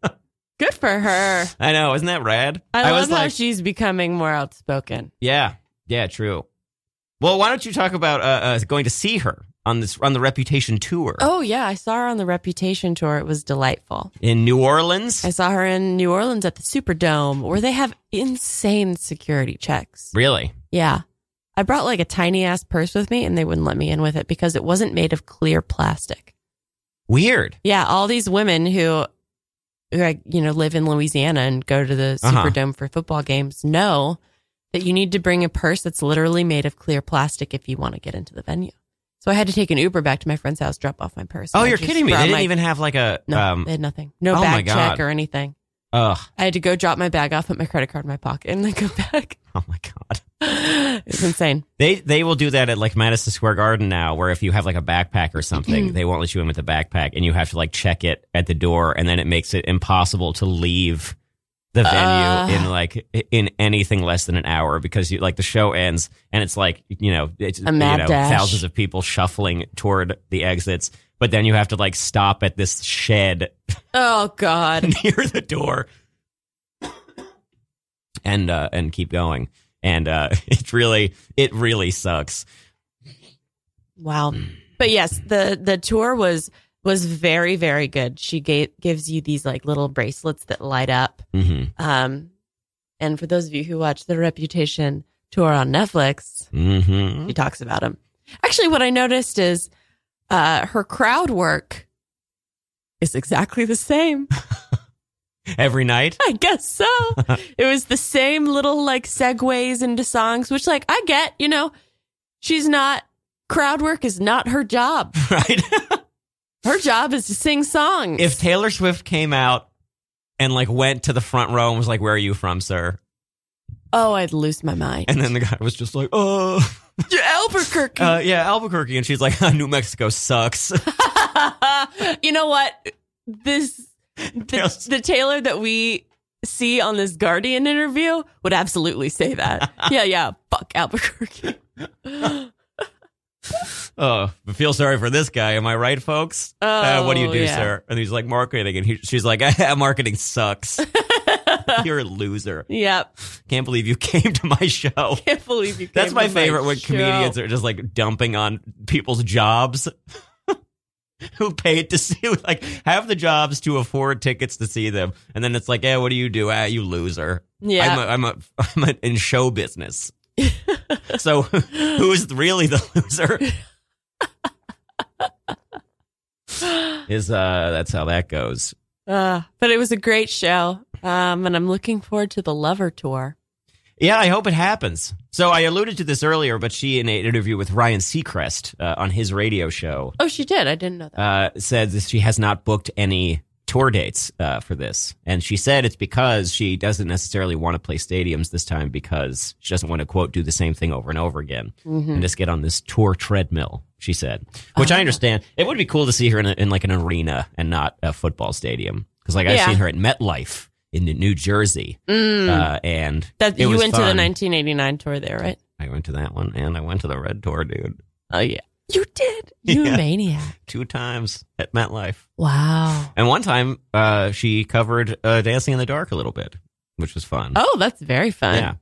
Speaker 2: Good for her.
Speaker 6: I know, isn't that rad?
Speaker 2: I, love
Speaker 6: was
Speaker 2: how
Speaker 6: like,
Speaker 2: she's becoming more outspoken.
Speaker 6: yeah, yeah, true. Well, why don't you talk about uh, uh, going to see her on this on the Reputation tour
Speaker 2: Oh, yeah. I saw her on the Reputation tour. It was delightful.
Speaker 6: in New Orleans?
Speaker 2: I saw her in New Orleans at the Superdome where they have insane security checks.
Speaker 6: Really?
Speaker 2: Yeah. I brought like a tiny ass purse with me and they wouldn't let me in with it because it wasn't made of clear plastic.
Speaker 6: Weird.
Speaker 2: Yeah, all these women who, who like, you know, live in Louisiana and go to the
Speaker 6: Uh-huh.
Speaker 2: Superdome for football games know that you need to bring a purse that's literally made of clear plastic if you want to get into the venue. So I had to take an Uber back to my friend's house, drop off my purse.
Speaker 6: Oh,
Speaker 2: and I
Speaker 6: you're
Speaker 2: just
Speaker 6: kidding me. They
Speaker 2: brought
Speaker 6: didn't
Speaker 2: my-
Speaker 6: even have like a
Speaker 2: no,
Speaker 6: um
Speaker 2: they had nothing, no
Speaker 6: oh my
Speaker 2: bag
Speaker 6: God.
Speaker 2: check or anything.
Speaker 6: ugh.
Speaker 2: I had to go drop my bag off, put my credit card in my pocket, and then go back.
Speaker 6: Oh my god.
Speaker 2: it's insane.
Speaker 6: They they will do that at like Madison Square Garden now, where if you have like a backpack or
Speaker 2: Mm-hmm.
Speaker 6: something, they won't let you in with the backpack, and you have to like check it at the door, and then it makes it impossible to leave the venue
Speaker 2: Uh.
Speaker 6: in like in anything less than an hour because you like the show ends and it's like you know it's
Speaker 2: A mad
Speaker 6: you know,
Speaker 2: dash.
Speaker 6: thousands of people shuffling toward the exits, but then you have to like stop at this shed
Speaker 2: Oh God.
Speaker 6: near the door and uh and keep going and uh it really it really sucks
Speaker 2: Wow. But yes, the the tour was was very very good. She gave, gives you these like little bracelets that light up.
Speaker 6: mm-hmm.
Speaker 2: Um and for those of you who watch the Reputation tour on Netflix,
Speaker 6: Mm-hmm.
Speaker 2: she talks about them. Actually, what I noticed is uh her crowd work is exactly the same.
Speaker 6: every night
Speaker 2: I guess so. it was the same little like segues into songs, which like I get, you know, she's not crowd work is not her job.
Speaker 6: right
Speaker 2: Her job is to sing songs.
Speaker 6: if taylor swift came out and like went to the front row and was like where are you from sir
Speaker 2: oh, I'd lose my mind.
Speaker 6: and then the guy was just like oh
Speaker 2: Albuquerque.
Speaker 6: uh, yeah albuquerque and she's like new mexico sucks
Speaker 2: you know what? This the, the Taylor that we see on this Guardian interview would absolutely say that. yeah, yeah. Fuck Albuquerque.
Speaker 6: oh I feel sorry for this guy am i right folks uh, what do you
Speaker 2: Oh,
Speaker 6: do
Speaker 2: yeah.
Speaker 6: sir and he's like marketing and he, she's like marketing sucks you're a loser
Speaker 2: Yep.
Speaker 6: Can't believe you came to my show.
Speaker 2: Can't believe you. Came
Speaker 6: That's
Speaker 2: to
Speaker 6: my favorite when
Speaker 2: show.
Speaker 6: comedians are just like dumping on people's jobs who paid to see, like, have the jobs to afford tickets to see them. And then it's like, yeah, what do you do? Ah, you loser.
Speaker 2: Yeah.
Speaker 6: I'm, a, I'm, a, I'm a, in show business. so who's really the loser? Is uh that's how that goes.
Speaker 2: Uh, but it was a great show. Um, and I'm looking forward to the Lover tour.
Speaker 6: Yeah, I hope it happens. So I alluded to this earlier, but she, in an interview with Ryan Seacrest uh, on his radio show,
Speaker 2: Oh, she did. I didn't know that.
Speaker 6: uh, said that she has not booked any tour dates uh, for this. And she said it's because she doesn't necessarily want to play stadiums this time because she doesn't want to, quote, do the same thing over and over again
Speaker 2: Hmm. Mm-hmm.
Speaker 6: and just get on this tour treadmill, she said, which
Speaker 2: Ah.
Speaker 6: I understand. It would be cool to see her in, a, in like an arena and not a football stadium. Because like I've
Speaker 2: Yeah. Hmm.
Speaker 6: seen her at MetLife in New Jersey. Uh, and
Speaker 2: Mm. That
Speaker 6: it
Speaker 2: you
Speaker 6: was
Speaker 2: went to the
Speaker 6: fun.
Speaker 2: 1989 tour there, right?
Speaker 6: I went to that one and I went to the Red Tour, dude,
Speaker 2: Oh yeah, you did. You
Speaker 6: Yeah.
Speaker 2: maniac!
Speaker 6: two times at MetLife.
Speaker 2: Wow.
Speaker 6: And one time, uh, she covered uh, Dancing in the Dark a little bit, which was fun.
Speaker 2: Oh, that's very fun.
Speaker 6: yeah.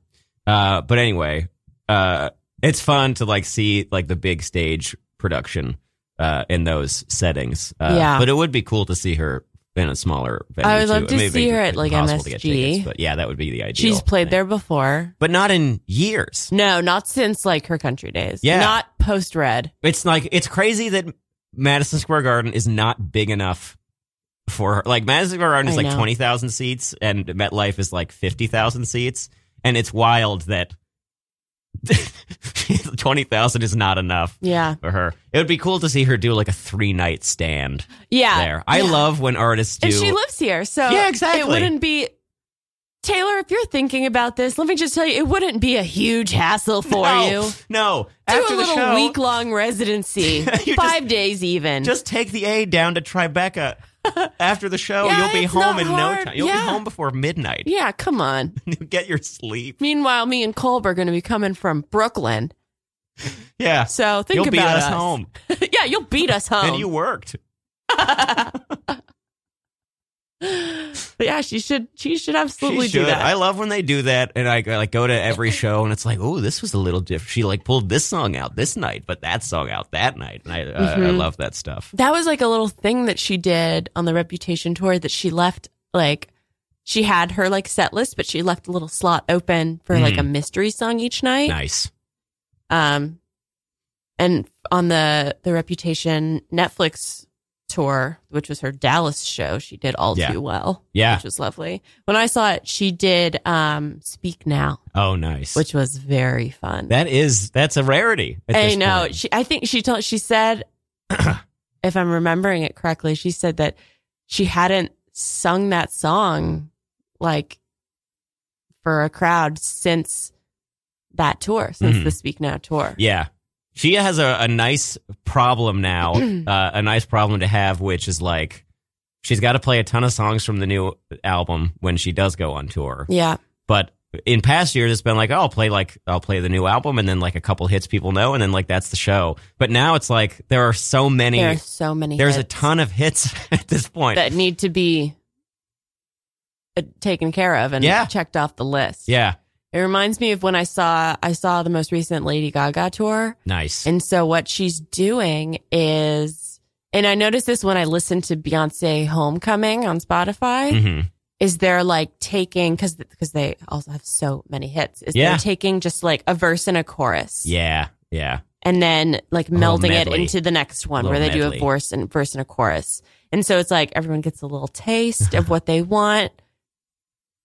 Speaker 6: Uh, but anyway, uh, it's fun to like see like the big stage production uh, in those settings. Uh,
Speaker 2: Yeah.
Speaker 6: But it would be cool to see her in a smaller venue.
Speaker 2: I would love
Speaker 6: too.
Speaker 2: to
Speaker 6: Maybe
Speaker 2: see her
Speaker 6: it's
Speaker 2: at, like,
Speaker 6: impossible to get
Speaker 2: MSG.
Speaker 6: tickets, but yeah, that would be the ideal.
Speaker 2: She's played
Speaker 6: thing.
Speaker 2: there before.
Speaker 6: but not in years.
Speaker 2: No, not since like her country days.
Speaker 6: Yeah.
Speaker 2: Not post red.
Speaker 6: It's like it's crazy that Madison Square Garden is not big enough for her. Like Madison Square Garden is
Speaker 2: I
Speaker 6: like
Speaker 2: know.
Speaker 6: twenty thousand seats, and MetLife is like fifty thousand seats, and it's wild that twenty thousand is not enough
Speaker 2: Yeah.
Speaker 6: for her. It would be cool to see her do like a three night stand
Speaker 2: Yeah.
Speaker 6: there. I
Speaker 2: Uh, Yeah.
Speaker 6: love when artists do.
Speaker 2: And she lives here, so
Speaker 6: Yeah, exactly.
Speaker 2: It wouldn't be. Taylor, if you're thinking about this, let me just tell you, it wouldn't be a huge hassle for
Speaker 6: no,
Speaker 2: you.
Speaker 6: no.
Speaker 2: Do
Speaker 6: After
Speaker 2: a
Speaker 6: the
Speaker 2: little
Speaker 6: show,
Speaker 2: week long residency,
Speaker 6: You
Speaker 2: five days even.
Speaker 6: just take the A down to Tribeca. After the show,
Speaker 2: Yeah,
Speaker 6: you'll be
Speaker 2: it's
Speaker 6: home
Speaker 2: not
Speaker 6: in no
Speaker 2: hard.
Speaker 6: time. You'll
Speaker 2: Yeah.
Speaker 6: be home before midnight.
Speaker 2: yeah, come on.
Speaker 6: Get your sleep.
Speaker 2: Meanwhile, me and Colb are going to be coming from Brooklyn,
Speaker 6: Yeah.
Speaker 2: so think
Speaker 6: You'll
Speaker 2: about
Speaker 6: beat us,
Speaker 2: us. Um,
Speaker 6: home.
Speaker 2: yeah, you'll beat us home.
Speaker 6: And you worked.
Speaker 2: But yeah, she should. She should absolutely
Speaker 6: She should.
Speaker 2: do that.
Speaker 6: I love when they do that, and I I, like go to every show, and it's like, oh, this was a little different. She like pulled this song out this night, but that song out that night, and I uh, I, I
Speaker 2: Mhm.
Speaker 6: love that stuff.
Speaker 2: that was like a little thing that she did on the Reputation tour that she left like she had her like set list, but she left a little slot open for like
Speaker 6: Mm.
Speaker 2: a mystery song each night.
Speaker 6: Nice.
Speaker 2: Um, and on the the Reputation Netflix tour, which was her Dallas show, she did all
Speaker 6: Yeah.
Speaker 2: too well,
Speaker 6: Yeah.
Speaker 2: which was lovely. When I saw it, she did um Speak Now,
Speaker 6: Oh, nice.
Speaker 2: which was very fun.
Speaker 6: that is that's a rarity. at
Speaker 2: I
Speaker 6: this
Speaker 2: know.
Speaker 6: point.
Speaker 2: She, I think she told. She said, if I'm remembering it correctly, she said that she hadn't sung that song like for a crowd since that tour, since
Speaker 6: Mhm.
Speaker 2: the Speak Now tour.
Speaker 6: Yeah. She has a, a nice problem now, uh, a nice problem to have, which is like she's got to play a ton of songs from the new album when she does go on tour.
Speaker 2: Yeah.
Speaker 6: But in past years, it's been like, oh, I'll play like I'll play the new album and then like a couple hits people know, and then like that's the show. But now it's like there are so many.
Speaker 2: there are so many.
Speaker 6: there's a
Speaker 2: hits
Speaker 6: ton of hits at this point.
Speaker 2: that need to be uh, taken care of and
Speaker 6: Yeah.
Speaker 2: checked off the list.
Speaker 6: yeah.
Speaker 2: It reminds me of when I saw I saw the most recent Lady Gaga tour.
Speaker 6: Nice.
Speaker 2: And so what she's doing is, and I noticed this when I listened to Beyonce Homecoming on Spotify,
Speaker 6: hmm
Speaker 2: is they're like taking, cause, cause they also have so many hits, is
Speaker 6: Yeah.
Speaker 2: they're taking just like a verse and a chorus.
Speaker 6: Yeah. Yeah.
Speaker 2: And then like
Speaker 6: little
Speaker 2: melding it
Speaker 6: medley.
Speaker 2: into the next one where
Speaker 6: Little
Speaker 2: they do
Speaker 6: medley.
Speaker 2: a verse and verse and a chorus. And so it's like everyone gets a little taste of what they want,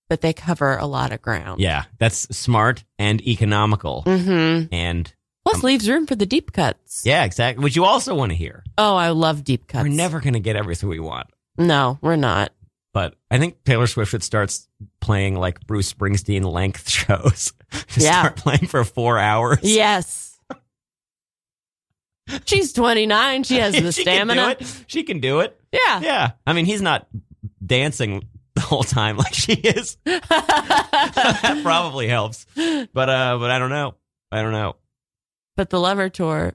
Speaker 2: but they cover a lot of ground.
Speaker 6: Yeah. That's smart and economical.
Speaker 2: Mm-hmm.
Speaker 6: And
Speaker 2: Plus leaves room for the deep cuts.
Speaker 6: Um, yeah, exactly. Which you also want to hear.
Speaker 2: Oh, I love deep cuts.
Speaker 6: We're never going to get everything we want.
Speaker 2: No, we're not.
Speaker 6: But I think Taylor Swift should start playing like Bruce Springsteen length shows. Just
Speaker 2: Yeah.
Speaker 6: Start playing for four hours.
Speaker 2: Yes. She's 29. She has
Speaker 6: She
Speaker 2: the
Speaker 6: can do
Speaker 2: stamina.
Speaker 6: it. She can do it.
Speaker 2: Yeah.
Speaker 6: Yeah. I mean, he's not dancing the whole time like she is. that probably helps. But uh, but I don't know. I don't know.
Speaker 2: But the lover tour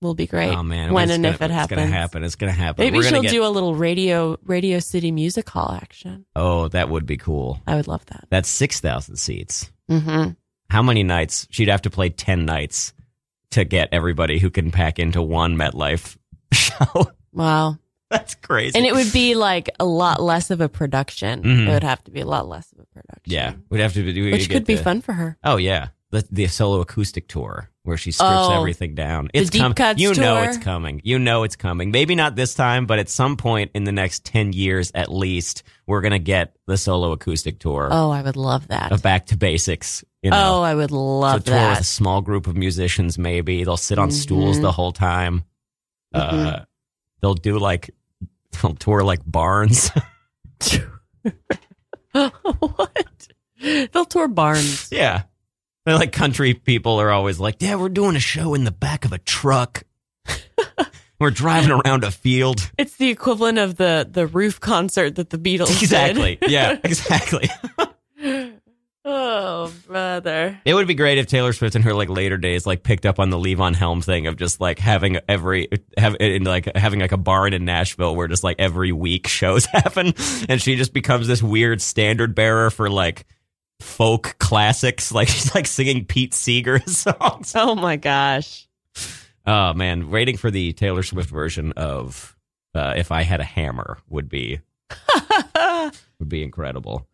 Speaker 2: will be great.
Speaker 6: Oh man,
Speaker 2: When
Speaker 6: It's
Speaker 2: and
Speaker 6: gonna-
Speaker 2: if it
Speaker 6: it's
Speaker 2: happens.
Speaker 6: gonna happen. It's gonna happen.
Speaker 2: Maybe
Speaker 6: We're gonna
Speaker 2: she'll
Speaker 6: get-
Speaker 2: do a little radio Radio City Music Hall action.
Speaker 6: Oh, that would be cool.
Speaker 2: I would love that.
Speaker 6: That's six thousand seats.
Speaker 2: Mm-hmm.
Speaker 6: how many nights she'd have to play 10 nights to get everybody who can pack into one MetLife show.
Speaker 2: Wow.
Speaker 6: That's crazy.
Speaker 2: And it would be like a lot less of a production.
Speaker 6: Mhm.
Speaker 2: It would have to be a lot less of a production.
Speaker 6: yeah, we'd have to be, we'd
Speaker 2: Which
Speaker 6: get
Speaker 2: could be
Speaker 6: the-
Speaker 2: fun for her.
Speaker 6: Oh yeah, the the solo acoustic tour where she strips
Speaker 2: Oh.
Speaker 6: everything down. It's
Speaker 2: deep
Speaker 6: coming.
Speaker 2: cuts
Speaker 6: You know
Speaker 2: tour.
Speaker 6: it's coming. You know it's coming. Maybe not this time, but at some point in the next 10 years at least, we're going to get the solo acoustic tour
Speaker 2: Oh, I would love that.
Speaker 6: of Back to Basics, you know.
Speaker 2: Oh, I would
Speaker 6: So
Speaker 2: love
Speaker 6: tour with a
Speaker 2: that.
Speaker 6: small group of musicians, maybe. They'll sit on stools
Speaker 2: Mhm.
Speaker 6: the whole time.
Speaker 2: Mm-hmm.
Speaker 6: Uh, they'll do like, they'll tour like barns.
Speaker 2: what? They'll tour barns.
Speaker 6: yeah. They're like country people are always like, yeah, we're doing a show in the back of a truck. we're driving around a field.
Speaker 2: It's the equivalent of the the roof concert that the Beatles did.
Speaker 6: Exactly. Yeah, exactly.
Speaker 2: oh, brother.
Speaker 6: It would be great if Taylor Swift in her like later days like picked up on the Levon Helm thing of just like having every have in like having like a barn in Nashville where just like every week shows happen and she just becomes this weird standard bearer for like folk classics like she's like singing Pete Seeger songs.
Speaker 2: Oh my gosh.
Speaker 6: Oh man, waiting for the Taylor Swift version of uh, if I had a hammer would be would be incredible.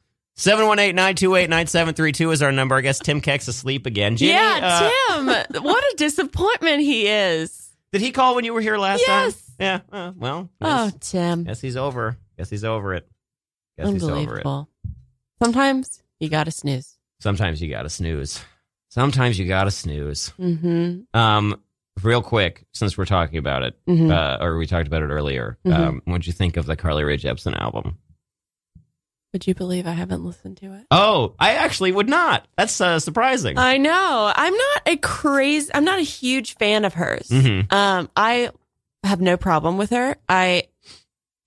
Speaker 6: 718-928-9732 is our number. I guess Tim Keck's asleep again. Jenny, uh,
Speaker 2: yeah, Tim. what a disappointment he is.
Speaker 6: Did he call when you were here last
Speaker 2: Yes.
Speaker 6: time? Yes. Yeah. uh, well,
Speaker 2: Oh,
Speaker 6: guess,
Speaker 2: Tim.
Speaker 6: guess he's over. Guess he's over it. Guess he's over it.
Speaker 2: Unbelievable. Sometimes you gotta snooze.
Speaker 6: Sometimes you gotta snooze. Sometimes you gotta snooze.
Speaker 2: Mm-hmm.
Speaker 6: Um, real quick, since we're talking about it,
Speaker 2: Mhm.
Speaker 6: uh, or we talked about it earlier.
Speaker 2: Mhm.
Speaker 6: Um, what'd you think of the Carly Rae Jepsen album?
Speaker 2: Would you believe I haven't listened to it?
Speaker 6: Oh, I actually would not. That's uh, surprising.
Speaker 2: I know. I'm not a crazy. I'm not a huge fan of hers.
Speaker 6: Mhm.
Speaker 2: Um, I have no problem with her. I,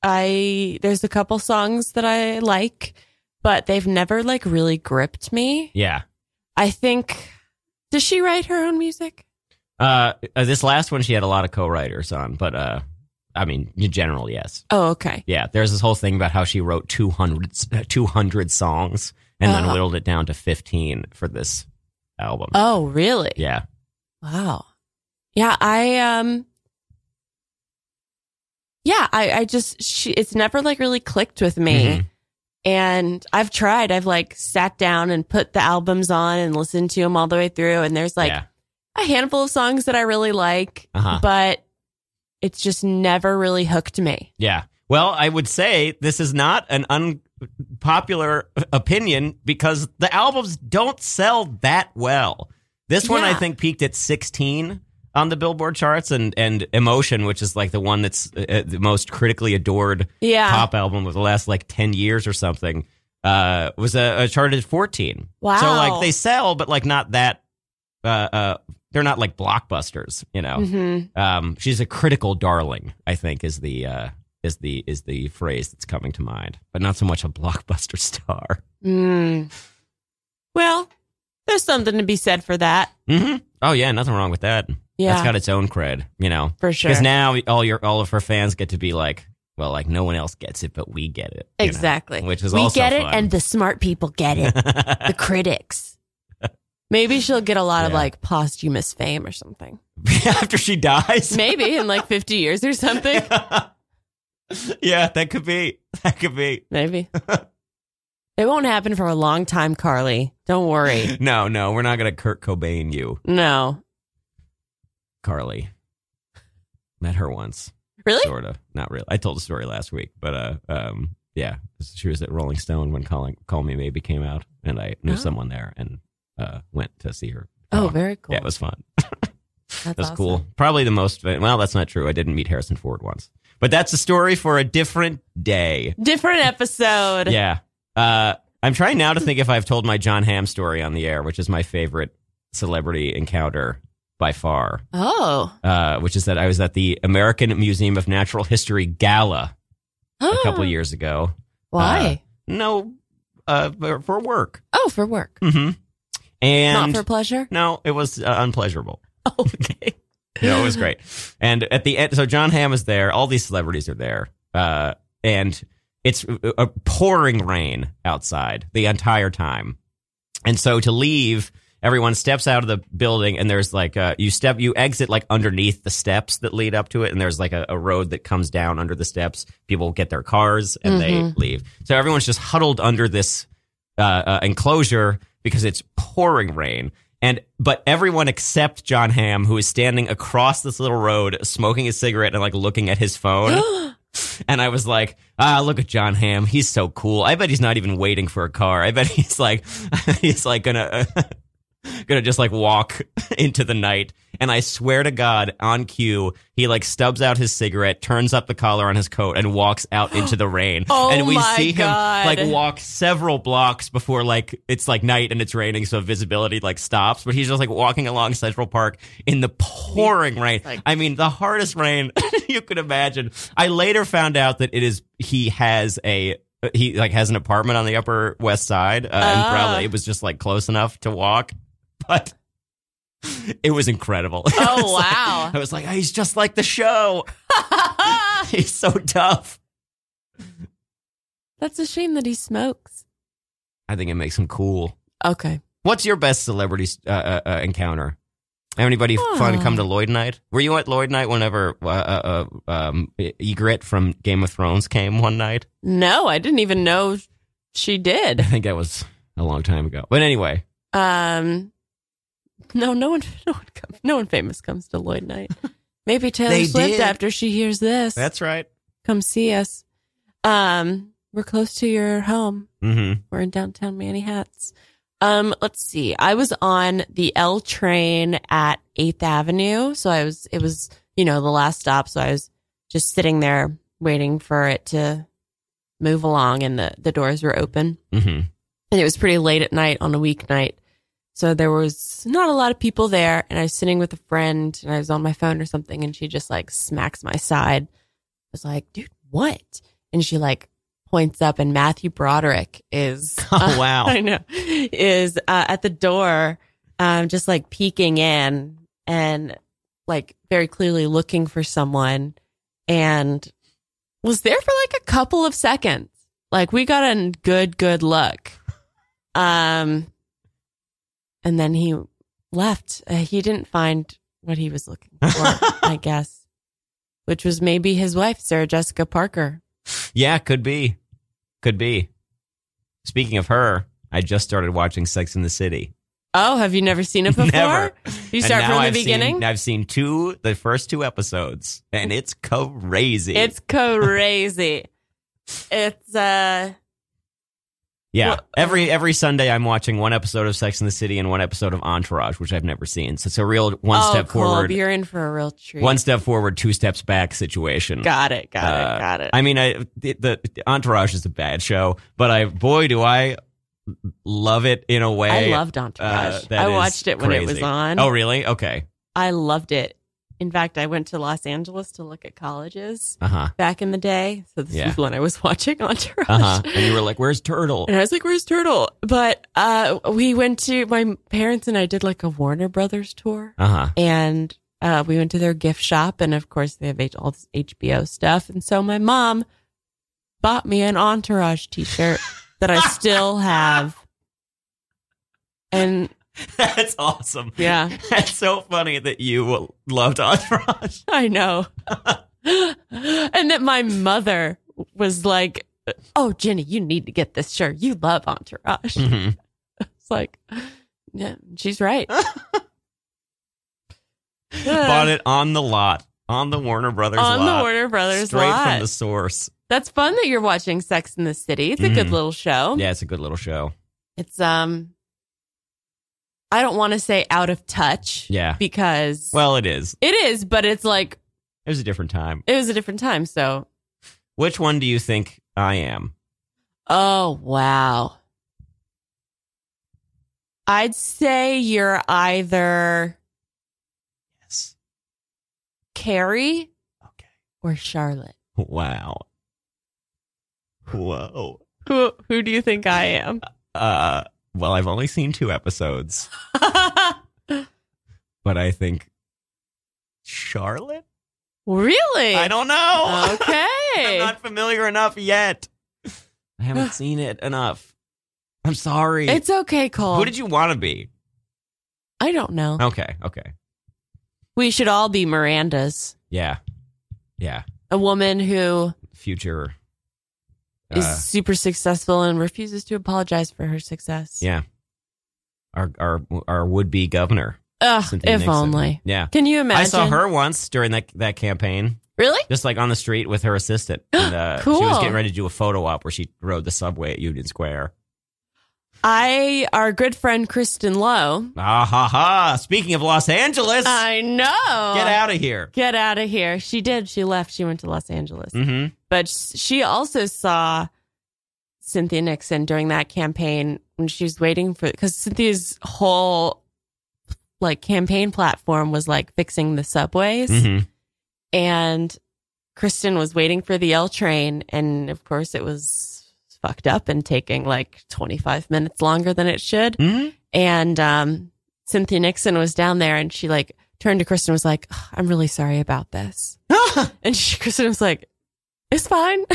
Speaker 2: I there's a couple songs that I like, but they've never like really gripped me.
Speaker 6: yeah.
Speaker 2: I think. Does she write her own music?
Speaker 6: Uh, uh, this last one she had a lot of co-writers on, but uh, I mean, in general, yes.
Speaker 2: Oh, okay.
Speaker 6: Yeah, there's this whole thing about how she wrote 200, s- 200 songs and then
Speaker 2: Uh-huh.
Speaker 6: whittled it down to 15 for this album.
Speaker 2: Oh, really?
Speaker 6: Yeah.
Speaker 2: Wow. Yeah, I um Yeah, I I just she, it's never like really clicked with me.
Speaker 6: Mhm.
Speaker 2: And I've tried. I've like sat down and put the albums on and listened to them all the way through and there's like
Speaker 6: yeah.
Speaker 2: a handful of songs that I really like,
Speaker 6: Uh-huh.
Speaker 2: but it's just never really hooked me.
Speaker 6: Yeah. Well, I would say this is not an unpopular opinion because the albums don't sell that well. This one, I
Speaker 2: Yeah.
Speaker 6: think, peaked at 16 on the Billboard charts, and, and Emotion, which is like the one that's uh, the most critically adored
Speaker 2: Yeah.
Speaker 6: pop album of the last like 10 years or something, uh, was a, a charted 14.
Speaker 2: Wow.
Speaker 6: So, like, they sell, but like not that, uh, uh, they're not like blockbusters, you know?
Speaker 2: Mhm.
Speaker 6: um, she's a critical darling. I think is the uh, is the is the phrase that's coming to mind, but not so much a blockbuster star.
Speaker 2: Mm. Well, there's something to be said for that.
Speaker 6: hmm Oh yeah, nothing wrong with that.
Speaker 2: Yeah.
Speaker 6: that's got its own cred, you know.
Speaker 2: For sure.
Speaker 6: Because now all your all of her fans get to be like, well, like no one else gets it, but we get it. you know?
Speaker 2: Exactly.
Speaker 6: which is
Speaker 2: we
Speaker 6: also
Speaker 2: get it,
Speaker 6: fun.
Speaker 2: and the smart people get it. the critics. Maybe she'll get a lot of
Speaker 6: Yeah.
Speaker 2: like posthumous fame or something.
Speaker 6: After she dies,
Speaker 2: Maybe in like 50 years or something.
Speaker 6: yeah, that could be. That could be.
Speaker 2: Maybe. It won't happen for a long time, Carly. Don't worry.
Speaker 6: No, no, we're not gonna Kurt Cobain you,
Speaker 2: No.
Speaker 6: Carly. Met her once.
Speaker 2: Really?
Speaker 6: sort of not really i told the story last week but uh um yeah she was at rolling stone when calling call me maybe came out and i knew
Speaker 2: Oh.
Speaker 6: someone there and uh went to see her
Speaker 2: Oh,
Speaker 6: talk.
Speaker 2: very
Speaker 6: uh,
Speaker 2: cool.
Speaker 6: yeah it was fun
Speaker 2: That's,
Speaker 6: that's
Speaker 2: awesome.
Speaker 6: cool probably the most well that's not true i didn't meet harrison ford once but that's a story for a different day
Speaker 2: Different episode.
Speaker 6: yeah uh i'm trying now to think if i've told my john Hamm story on the air which is my favorite celebrity encounter by far
Speaker 2: Oh.
Speaker 6: uh, which is that i was at the american museum of natural history gala a couple uh, years ago.
Speaker 2: Ah. Why?
Speaker 6: Ah. No, uh, for- for work.
Speaker 2: oh, for work.
Speaker 6: Mm-hmm.
Speaker 2: Not
Speaker 6: And
Speaker 2: for pleasure?
Speaker 6: no, it was uh, unpleasurable.
Speaker 2: Okay.
Speaker 6: No, it was great. And at the end, so John Hamm is there. All these celebrities are there. Uh, and it's uh, a a pouring rain outside the entire time. And so to leave, everyone steps out of the building and there's like, uh, you step, you exit like underneath the steps that lead up to it. And there's like a, a road that comes down under the steps. People get their cars and they leave. So everyone's just huddled under this, uh, uh, enclosure because it's pouring rain. And but everyone except John Hamm, who is standing across this little road, smoking a cigarette and like looking at his phone. and I was like, ah, look at John Hamm. He's so cool. I bet he's not even waiting for a car. I bet he's like, he's like gonna. gonna just like walk into the night and i swear to god on cue he like stubs out his cigarette turns up the collar on his coat and walks out into the rain
Speaker 2: Oh
Speaker 6: and we
Speaker 2: my
Speaker 6: see
Speaker 2: God.
Speaker 6: him like walk several blocks before like it's like night and it's raining so visibility like stops but he's just like walking along central park in the pouring rain
Speaker 2: like-
Speaker 6: i mean the hardest rain you could imagine i later found out that it is he has a he like has an apartment on the upper west side uh, and
Speaker 2: Ah.
Speaker 6: probably it was just like close enough to walk but it was incredible I was
Speaker 2: Oh,
Speaker 6: like-
Speaker 2: wow.
Speaker 6: i was like oh, he's just like the show he's so tough
Speaker 2: That's a shame that he smokes.
Speaker 6: i think it makes him cool
Speaker 2: Okay.
Speaker 6: What's your best celebrity uh, uh, uh, encounter? Anybody fun
Speaker 2: Oh.
Speaker 6: come to Lloyd Night? Were you at Lloyd Night whenever uh, uh, uh, um, Egret from Game of Thrones came one night?
Speaker 2: No, I didn't even know she
Speaker 6: I
Speaker 2: did.
Speaker 6: think that was a long time ago. But anyway,
Speaker 2: Um, no, no one, no one, comes, no one famous comes to Lloyd Knight. Maybe Taylor
Speaker 6: They
Speaker 2: Swift
Speaker 6: did.
Speaker 2: after she hears this.
Speaker 6: that's right.
Speaker 2: come see us. Um, we're close to your home.
Speaker 6: Mm-hmm.
Speaker 2: We're in downtown Manhattan. Um, let's see. I was on the L train at Eighth Avenue, so I was. It was you know the last stop, so I was just sitting there waiting for it to move along, and the the doors were open
Speaker 6: Mm-hmm.
Speaker 2: and it was pretty late at night on a weeknight. So there was not a lot of people there. And I was sitting with a friend and I was on my phone or something. And she just like smacks my side. I was like, dude, what? And she like points up and Matthew Broderick is,
Speaker 6: Oh, wow.
Speaker 2: I know, is uh, at the door, um, just like peeking in and like very clearly looking for someone. and was there for like a couple of seconds. Like we got a good, good look. Um, and then he left. Uh, he didn't find what he was looking for, I guess, which was maybe his wife, Sarah Jessica Parker.
Speaker 6: Yeah, could be. Could be. Speaking of her, I just started watching Sex in the City.
Speaker 2: Oh, have you never seen it before?
Speaker 6: Never.
Speaker 2: You start
Speaker 6: And
Speaker 2: from
Speaker 6: now
Speaker 2: the
Speaker 6: I've seen-
Speaker 2: beginning.
Speaker 6: I've seen two, the first two episodes, and it's crazy.
Speaker 2: It's crazy. it's uh
Speaker 6: yeah.
Speaker 2: well, um,
Speaker 6: every every Sunday, I'm watching one episode of Sex in the City and one episode of Entourage, which I've never seen. So it's a real one
Speaker 2: oh,
Speaker 6: step
Speaker 2: Colb,
Speaker 6: forward,
Speaker 2: You're in for a real treat.
Speaker 6: one step forward, two steps back situation.
Speaker 2: got it, got
Speaker 6: Uh,
Speaker 2: it, got it.
Speaker 6: I mean, I the, the Entourage is a bad show, but I boy do I love it in a
Speaker 2: I
Speaker 6: way. uh,
Speaker 2: loved Entourage.
Speaker 6: that
Speaker 2: I
Speaker 6: is
Speaker 2: watched it when it was
Speaker 6: crazy.
Speaker 2: on.
Speaker 6: Oh, really? Okay.
Speaker 2: I loved it. In fact, I went to Los Angeles to look at colleges
Speaker 6: Uh huh.
Speaker 2: back in the day. So this
Speaker 6: Yeah.
Speaker 2: was when I was watching Entourage.
Speaker 6: Uh huh. and you were like, "Where's Turtle?"
Speaker 2: And I was like, "Where's Turtle?" But uh, we went to my parents and I did like a Warner Brothers tour,
Speaker 6: Uh huh.
Speaker 2: and uh, we went to their gift shop, and of course they have H- all this HBO stuff. And so my mom bought me an Entourage T-shirt that I still have, and
Speaker 6: That's awesome.
Speaker 2: Yeah.
Speaker 6: That's so funny that you loved Entourage.
Speaker 2: I know. and that my mother was like, "Oh, Jenny, you need to get this shirt. You love Entourage."
Speaker 6: Mm. Mm-hmm.
Speaker 2: It's like, yeah, she's right.
Speaker 6: Bought it on the lot, on the Warner Brothers
Speaker 2: Uh, on
Speaker 6: lot.
Speaker 2: the Warner Brothers
Speaker 6: Straight
Speaker 2: lot.
Speaker 6: from the source.
Speaker 2: That's fun that you're watching Sex in the City. It's a good
Speaker 6: Mhm.
Speaker 2: little show.
Speaker 6: Yeah, it's a good little show.
Speaker 2: It's um, I don't want to say out of touch.
Speaker 6: Yeah.
Speaker 2: because
Speaker 6: Well, it is.
Speaker 2: it is, but it's like
Speaker 6: It was a different time.
Speaker 2: it was a different time. So,
Speaker 6: Which one do you think I am?
Speaker 2: oh wow, I'd say you're either
Speaker 6: Yes.
Speaker 2: Carrie
Speaker 6: Okay.
Speaker 2: or Charlotte.
Speaker 6: Wow. Whoa.
Speaker 2: Who who do you think I am?
Speaker 6: Uh, well, I've only seen two episodes, but I think Charlotte.
Speaker 2: really?
Speaker 6: I don't know. I'm
Speaker 2: Okay.
Speaker 6: not familiar enough yet. I haven't seen it enough. I'm sorry.
Speaker 2: It's okay, Cole.
Speaker 6: Who did you want to be?
Speaker 2: I don't know.
Speaker 6: Okay, okay.
Speaker 2: We should all be Mirandas.
Speaker 6: Yeah. Yeah.
Speaker 2: A woman who
Speaker 6: Future. Uh,
Speaker 2: is super successful and refuses to apologize for her success.
Speaker 6: yeah. Our our our would be governor.
Speaker 2: Ugh,
Speaker 6: Cynthia
Speaker 2: if
Speaker 6: Nixon.
Speaker 2: only.
Speaker 6: Yeah.
Speaker 2: Can you imagine?
Speaker 6: I saw her once during that that campaign,
Speaker 2: Really?
Speaker 6: just like on the street with her assistant. And, uh, She was
Speaker 2: Cool.
Speaker 6: getting ready to do a photo op where she rode the subway at Union Square.
Speaker 2: I, our good friend Kristen Lowe.
Speaker 6: Ah ha ha! Speaking of Los Angeles,
Speaker 2: I know.
Speaker 6: get out of here.
Speaker 2: Get out of here. She did. She left. She went to Los Angeles.
Speaker 6: hmm
Speaker 2: But she also saw Cynthia Nixon during that campaign when she was waiting for, because Cynthia's whole like campaign platform was like fixing the subways.
Speaker 6: hmm
Speaker 2: and Kristen was waiting for the L train, and of course it was fucked up and taking like 25 minutes longer than it should.
Speaker 6: hmm
Speaker 2: And um, Cynthia Nixon was down there, and she like turned to Kristen and was like, "Ugh, "I'm really sorry about this," and she, Kristen was like, "It's fine.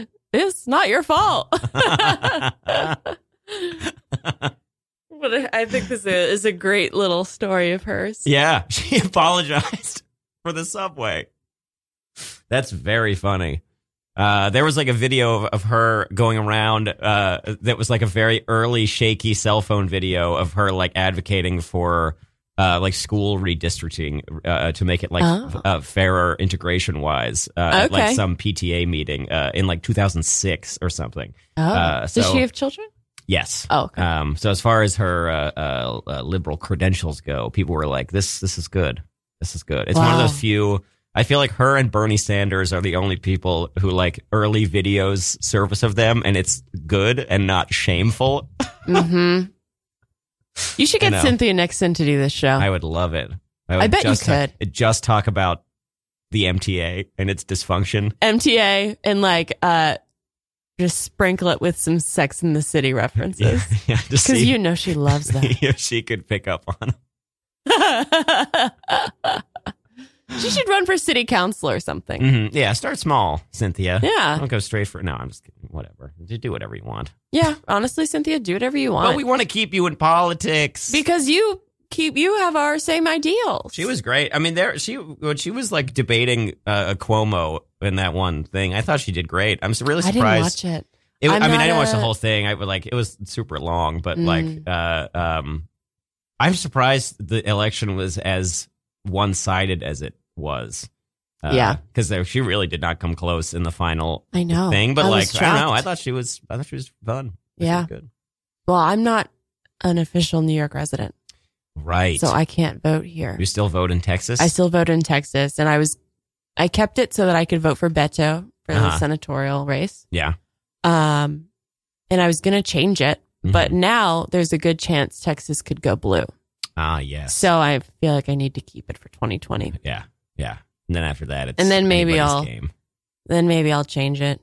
Speaker 2: it's not your fault."
Speaker 6: Mm-hmm.
Speaker 2: But I think this is a great little story of hers.
Speaker 6: Yeah, she apologized for the subway. That's very funny. Uh, there was like a video of, of her going around uh, that was like a very early shaky cell phone video of her like advocating for uh, like school redistricting uh, to make it like
Speaker 2: Oh.
Speaker 6: f- uh, fairer integration wise uh, at like
Speaker 2: Okay.
Speaker 6: some PTA meeting uh, in like 2006 or something.
Speaker 2: Oh,
Speaker 6: Uh, so-
Speaker 2: does she have children?
Speaker 6: Yes.
Speaker 2: Oh, okay.
Speaker 6: Um, so as far as her uh, uh, uh, liberal credentials go, people were like, "This, this is good. This is good." It's one of
Speaker 2: Wow.
Speaker 6: those few. I feel like her and Bernie Sanders are the only people who like early videos service of them, and it's good and not shameful.
Speaker 2: hmm You should
Speaker 6: I
Speaker 2: get
Speaker 6: know.
Speaker 2: Cynthia Nixon to do this show.
Speaker 6: I would love it.
Speaker 2: I
Speaker 6: would
Speaker 2: bet you
Speaker 6: just ta-
Speaker 2: could.
Speaker 6: just talk about the MTA and its dysfunction.
Speaker 2: MTA and like uh just sprinkle it with some Sex in the City references
Speaker 6: yeah, to
Speaker 2: because
Speaker 6: see
Speaker 2: you know she loves
Speaker 6: if she could pick up on.
Speaker 2: that. She should run for city council or something.
Speaker 6: Mhm. Yeah, start small, Cynthia.
Speaker 2: Yeah.
Speaker 6: Don't go straight for. No, I'm just kidding. Whatever. Just do whatever you want.
Speaker 2: Yeah. Honestly, Cynthia, do whatever you want.
Speaker 6: But we want to keep you in politics.
Speaker 2: because you keep you have our same ideals.
Speaker 6: she was great. I mean, there she when she was like debating uh, Cuomo in that one thing. I thought she did great. I'm s- really
Speaker 2: I
Speaker 6: surprised.
Speaker 2: didn't watch it.
Speaker 6: It-
Speaker 2: I'm
Speaker 6: I mean, I
Speaker 2: not
Speaker 6: didn't watch the
Speaker 2: a-
Speaker 6: whole thing. I would like it was super long, but
Speaker 2: Mm.
Speaker 6: like, uh, um, I'm surprised the election was as one sided as it was. Uh,
Speaker 2: Yeah.
Speaker 6: because she really did not come close in the final
Speaker 2: I know.
Speaker 6: thing. But
Speaker 2: I was
Speaker 6: like, I don't know.
Speaker 2: shocked.
Speaker 6: I thought she was. I thought she was fun. I thought she
Speaker 2: Yeah.
Speaker 6: was good.
Speaker 2: Well, I'm not an official New York resident,
Speaker 6: Right.
Speaker 2: so I can't vote here.
Speaker 6: you still vote in Texas?
Speaker 2: I still vote in Texas, and I was I kept it so that I could vote for Beto for
Speaker 6: Uh-huh.
Speaker 2: the senatorial race.
Speaker 6: Yeah.
Speaker 2: Um, and I was gonna change it, but
Speaker 6: Mhm.
Speaker 2: now there's a good chance Texas could go blue.
Speaker 6: ah yes.
Speaker 2: So I feel like I need to keep it for 2020.
Speaker 6: Yeah. Yeah. And then after that, it's
Speaker 2: And then maybe
Speaker 6: anybody's
Speaker 2: I'll-
Speaker 6: game.
Speaker 2: Then maybe I'll change it.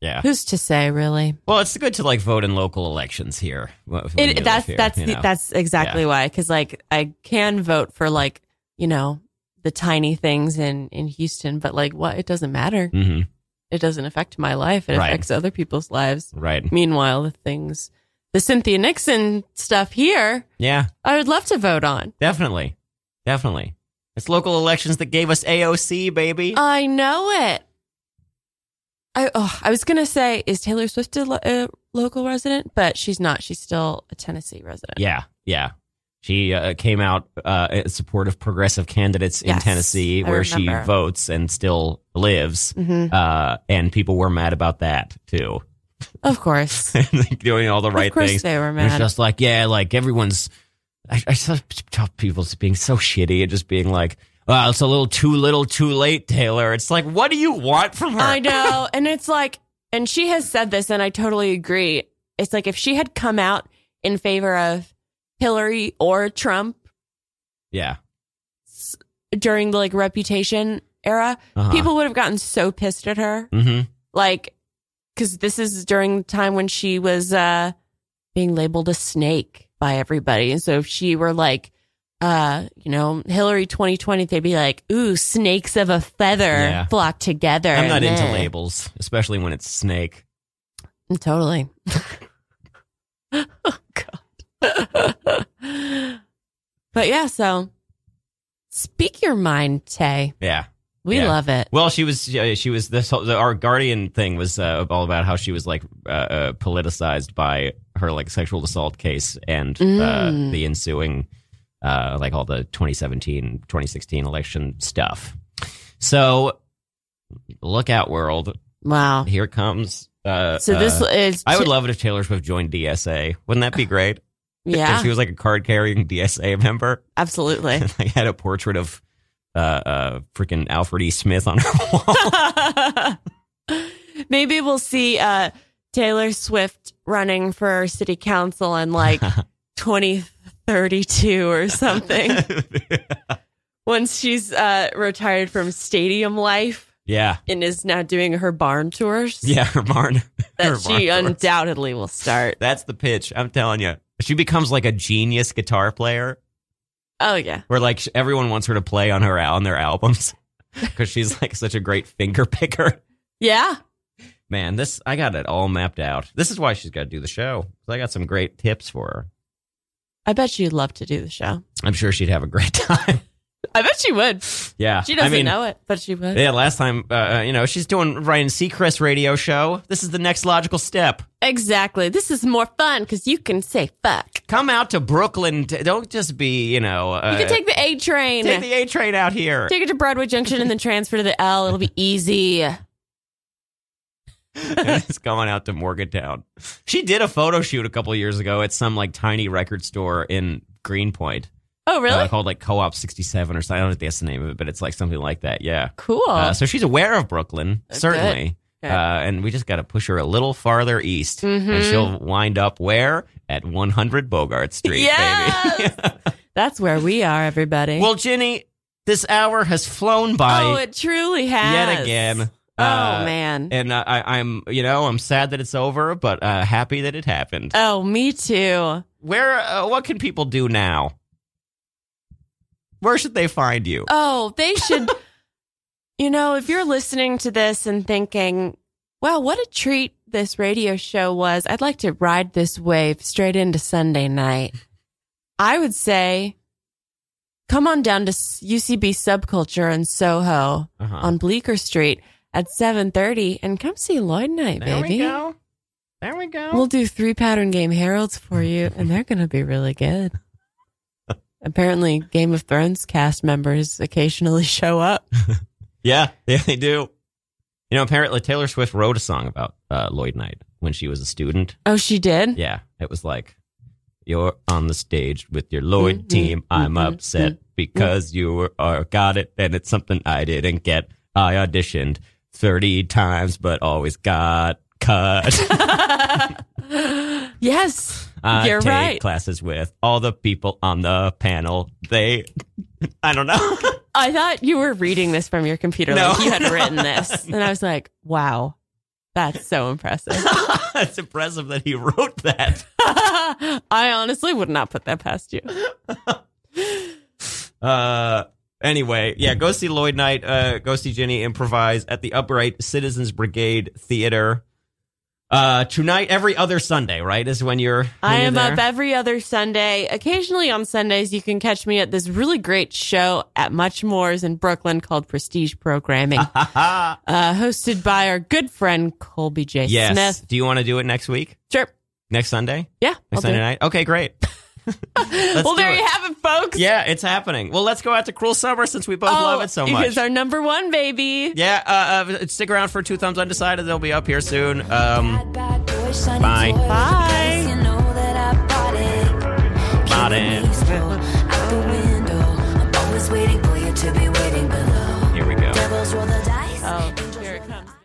Speaker 6: Yeah.
Speaker 2: Who's to say, really?
Speaker 6: Well, it's good to like vote in local elections here. when you
Speaker 2: It,
Speaker 6: live
Speaker 2: that's
Speaker 6: here,
Speaker 2: that's
Speaker 6: you
Speaker 2: the,
Speaker 6: know?
Speaker 2: that's exactly why because like I can vote for like you know the tiny things in in Houston, but like what it doesn't matter.
Speaker 6: Mhm.
Speaker 2: It doesn't affect my life. It
Speaker 6: Right.
Speaker 2: affects other people's lives.
Speaker 6: Right.
Speaker 2: Meanwhile, the things the Cynthia Nixon stuff here,
Speaker 6: Yeah,
Speaker 2: I would love to vote on.
Speaker 6: definitely. Definitely. It's local elections that gave us AOC, baby.
Speaker 2: I know it. I oh, I was gonna say is Taylor Swift a, lo- a local resident, but she's not. She's still a Tennessee resident.
Speaker 6: yeah, yeah. She uh, came out uh, in support of progressive candidates in
Speaker 2: Yes,
Speaker 6: Tennessee,
Speaker 2: I
Speaker 6: where she
Speaker 2: remember.
Speaker 6: votes and still lives.
Speaker 2: hmm
Speaker 6: Uh, and people were mad about that too.
Speaker 2: Of course.
Speaker 6: Doing all the right
Speaker 2: of course
Speaker 6: things.
Speaker 2: they were
Speaker 6: It was
Speaker 2: mad.
Speaker 6: just like, yeah, like everyone's. I, I saw tough people just being so shitty and just being like, oh, it's a little too little, too late, Taylor. It's like, what do you want from her?
Speaker 2: I know. And it's like, and she has said this, and I totally agree. It's like if she had come out in favor of Hillary or Trump
Speaker 6: Yeah.
Speaker 2: during the like reputation era,
Speaker 6: Uh-huh.
Speaker 2: people would have gotten so pissed at her.
Speaker 6: hmm
Speaker 2: Like, cause this is during the time when she was, uh, being labeled a snake by everybody. And so if she were like, uh, you know, Hillary 2020, they'd be like, ooh, snakes of a feather
Speaker 6: Yeah.
Speaker 2: flock together.
Speaker 6: I'm not into
Speaker 2: Meh.
Speaker 6: labels, especially when it's snake.
Speaker 2: Totally. oh God. but yeah, so speak your mind, Tay.
Speaker 6: Yeah.
Speaker 2: We
Speaker 6: Yeah.
Speaker 2: love it.
Speaker 6: Well, she was uh, she was this whole, the, our guardian thing was uh, all about how she was like uh, uh, politicized by her like sexual assault case and uh,
Speaker 2: Mm.
Speaker 6: the ensuing uh, like all the 2017 2016 election stuff. So look out world,
Speaker 2: Wow.
Speaker 6: here it comes uh,
Speaker 2: So this
Speaker 6: uh,
Speaker 2: is
Speaker 6: I would love it if Taylor Swift joined DSA. Wouldn't that be great? If
Speaker 2: yeah,
Speaker 6: she was like a card carrying DSA member.
Speaker 2: absolutely.
Speaker 6: I had a portrait of uh, uh, freaking Alfred E. Smith on her wall.
Speaker 2: Maybe we'll see uh Taylor Swift running for city council in like 2032 or something once she's uh retired from stadium life
Speaker 6: yeah,
Speaker 2: and is now doing her barn tours.
Speaker 6: yeah, her barn. her
Speaker 2: that
Speaker 6: barn
Speaker 2: she
Speaker 6: door.
Speaker 2: undoubtedly will start.
Speaker 6: That's the pitch. I'm telling you, she becomes like a genius guitar player,
Speaker 2: Oh yeah,
Speaker 6: where like sh- everyone wants her to play on her on their albums because she's like such a great finger picker.
Speaker 2: yeah.
Speaker 6: Man, this I got it all mapped out. This is why she's got to do the show. 'Cause I got some great tips for her.
Speaker 2: I bet she'd love to do the show.
Speaker 6: I'm sure she'd have a great time.
Speaker 2: I bet she would.
Speaker 6: yeah,
Speaker 2: She doesn't
Speaker 6: I mean,
Speaker 2: know it, but she would.
Speaker 6: Yeah, last time, uh, you know, she's doing Ryan Seacrest radio show. This is the next logical step.
Speaker 2: Exactly. This is more fun because you can say fuck.
Speaker 6: Come out to Brooklyn. T- don't just be, you know, uh,
Speaker 2: You can take the A train,
Speaker 6: take
Speaker 2: take,
Speaker 6: the A train out here.
Speaker 2: it to Broadway Junction, and then transfer to the L. It'll be easy.
Speaker 6: it's going out to Morgantown. She did a photo shoot a couple years ago at some like tiny record store in Greenpoint
Speaker 2: Oh really?
Speaker 6: uh, called like Co-op 67 or something. I don't know if that's the name of it, but it's like something like that. Yeah.
Speaker 2: cool.
Speaker 6: Uh, so she's aware of Brooklyn,
Speaker 2: Oh. Good.
Speaker 6: certainly.
Speaker 2: Okay.
Speaker 6: Uh, and we just got to push her a little farther east, and
Speaker 2: Mhm.
Speaker 6: she'll wind up where at 100 Bogart Street,
Speaker 2: Yes!
Speaker 6: baby.
Speaker 2: That's where we are, everybody.
Speaker 6: well, Ginny, this hour has flown by
Speaker 2: oh, it truly has.
Speaker 6: yet again.
Speaker 2: Oh
Speaker 6: Uh,
Speaker 2: man.
Speaker 6: And uh, I, I'm, you know, I'm sad that it's over, but uh, happy that it happened.
Speaker 2: oh, me too.
Speaker 6: Where, uh, what can people do now? Where should they find you?
Speaker 2: Oh, they should. You know, if you're listening to this and thinking, wow, what a treat this radio show was, I'd like to ride this wave straight into Sunday night. I would say, come on down to S- UCB Subculture in Soho
Speaker 6: Uh-huh.
Speaker 2: on Bleecker Street at 7.30 and come see Lloyd Night,
Speaker 6: there
Speaker 2: baby.
Speaker 6: we go. There we go.
Speaker 2: We'll do three pattern game heralds for you, and they're going to be really good. Apparently, Game of Thrones cast members occasionally show up.
Speaker 6: yeah, yeah, they do. You know, apparently Taylor Swift wrote a song about uh, Lloyd Knight when she was a student.
Speaker 2: Oh, she did?
Speaker 6: Yeah, it was like you're on the stage with your Lloyd
Speaker 2: Mhm,
Speaker 6: team. I'm
Speaker 2: mhm,
Speaker 6: upset because you were or got it, and it's something I didn't get. I auditioned thirty times, but always got cut.
Speaker 2: yes,
Speaker 6: I
Speaker 2: you're
Speaker 6: take
Speaker 2: right.
Speaker 6: classes with all the people on the panel. They, I don't know.
Speaker 2: I thought you were reading this from your computer.
Speaker 6: No.
Speaker 2: Like you had written this. And I was like, wow, that's so impressive.
Speaker 6: it's impressive that he wrote that.
Speaker 2: I honestly would not put that past you.
Speaker 6: Uh, anyway, yeah, go see Lloyd Knight. Uh, go see Jenny improvise at the Upright Citizens Brigade Theater. Uh, tonight, every other Sunday, right, is when you're. when
Speaker 2: I
Speaker 6: you're
Speaker 2: am
Speaker 6: there?
Speaker 2: up every other Sunday. Occasionally on Sundays, you can catch me at this really great show at Much Moore's in Brooklyn called Prestige Programming,
Speaker 6: Ha ha.
Speaker 2: uh, hosted by our good friend Colby J.
Speaker 6: yes.
Speaker 2: Smith.
Speaker 6: Do you want to do it next week?
Speaker 2: Sure.
Speaker 6: Next Sunday?
Speaker 2: Yeah. I'll
Speaker 6: Next
Speaker 2: do
Speaker 6: Sunday
Speaker 2: it.
Speaker 6: night? Okay, great. Let's
Speaker 2: Well,
Speaker 6: do
Speaker 2: there
Speaker 6: it.
Speaker 2: you have it, Oh, folks.
Speaker 6: Yeah, it's happening. Well, let's go out to Cruel Summer since we both love it so much.
Speaker 2: It's our number one baby.
Speaker 6: yeah, uh, uh, stick around for Two Thumbs Undecided. They'll be up here soon. Um, Bye.
Speaker 7: Bye.
Speaker 2: Bye.
Speaker 7: You know that I bought it.
Speaker 6: Bought it.
Speaker 7: Keep the leaves roll Out the window. I'm always waiting for you to be waiting below.
Speaker 2: Oh,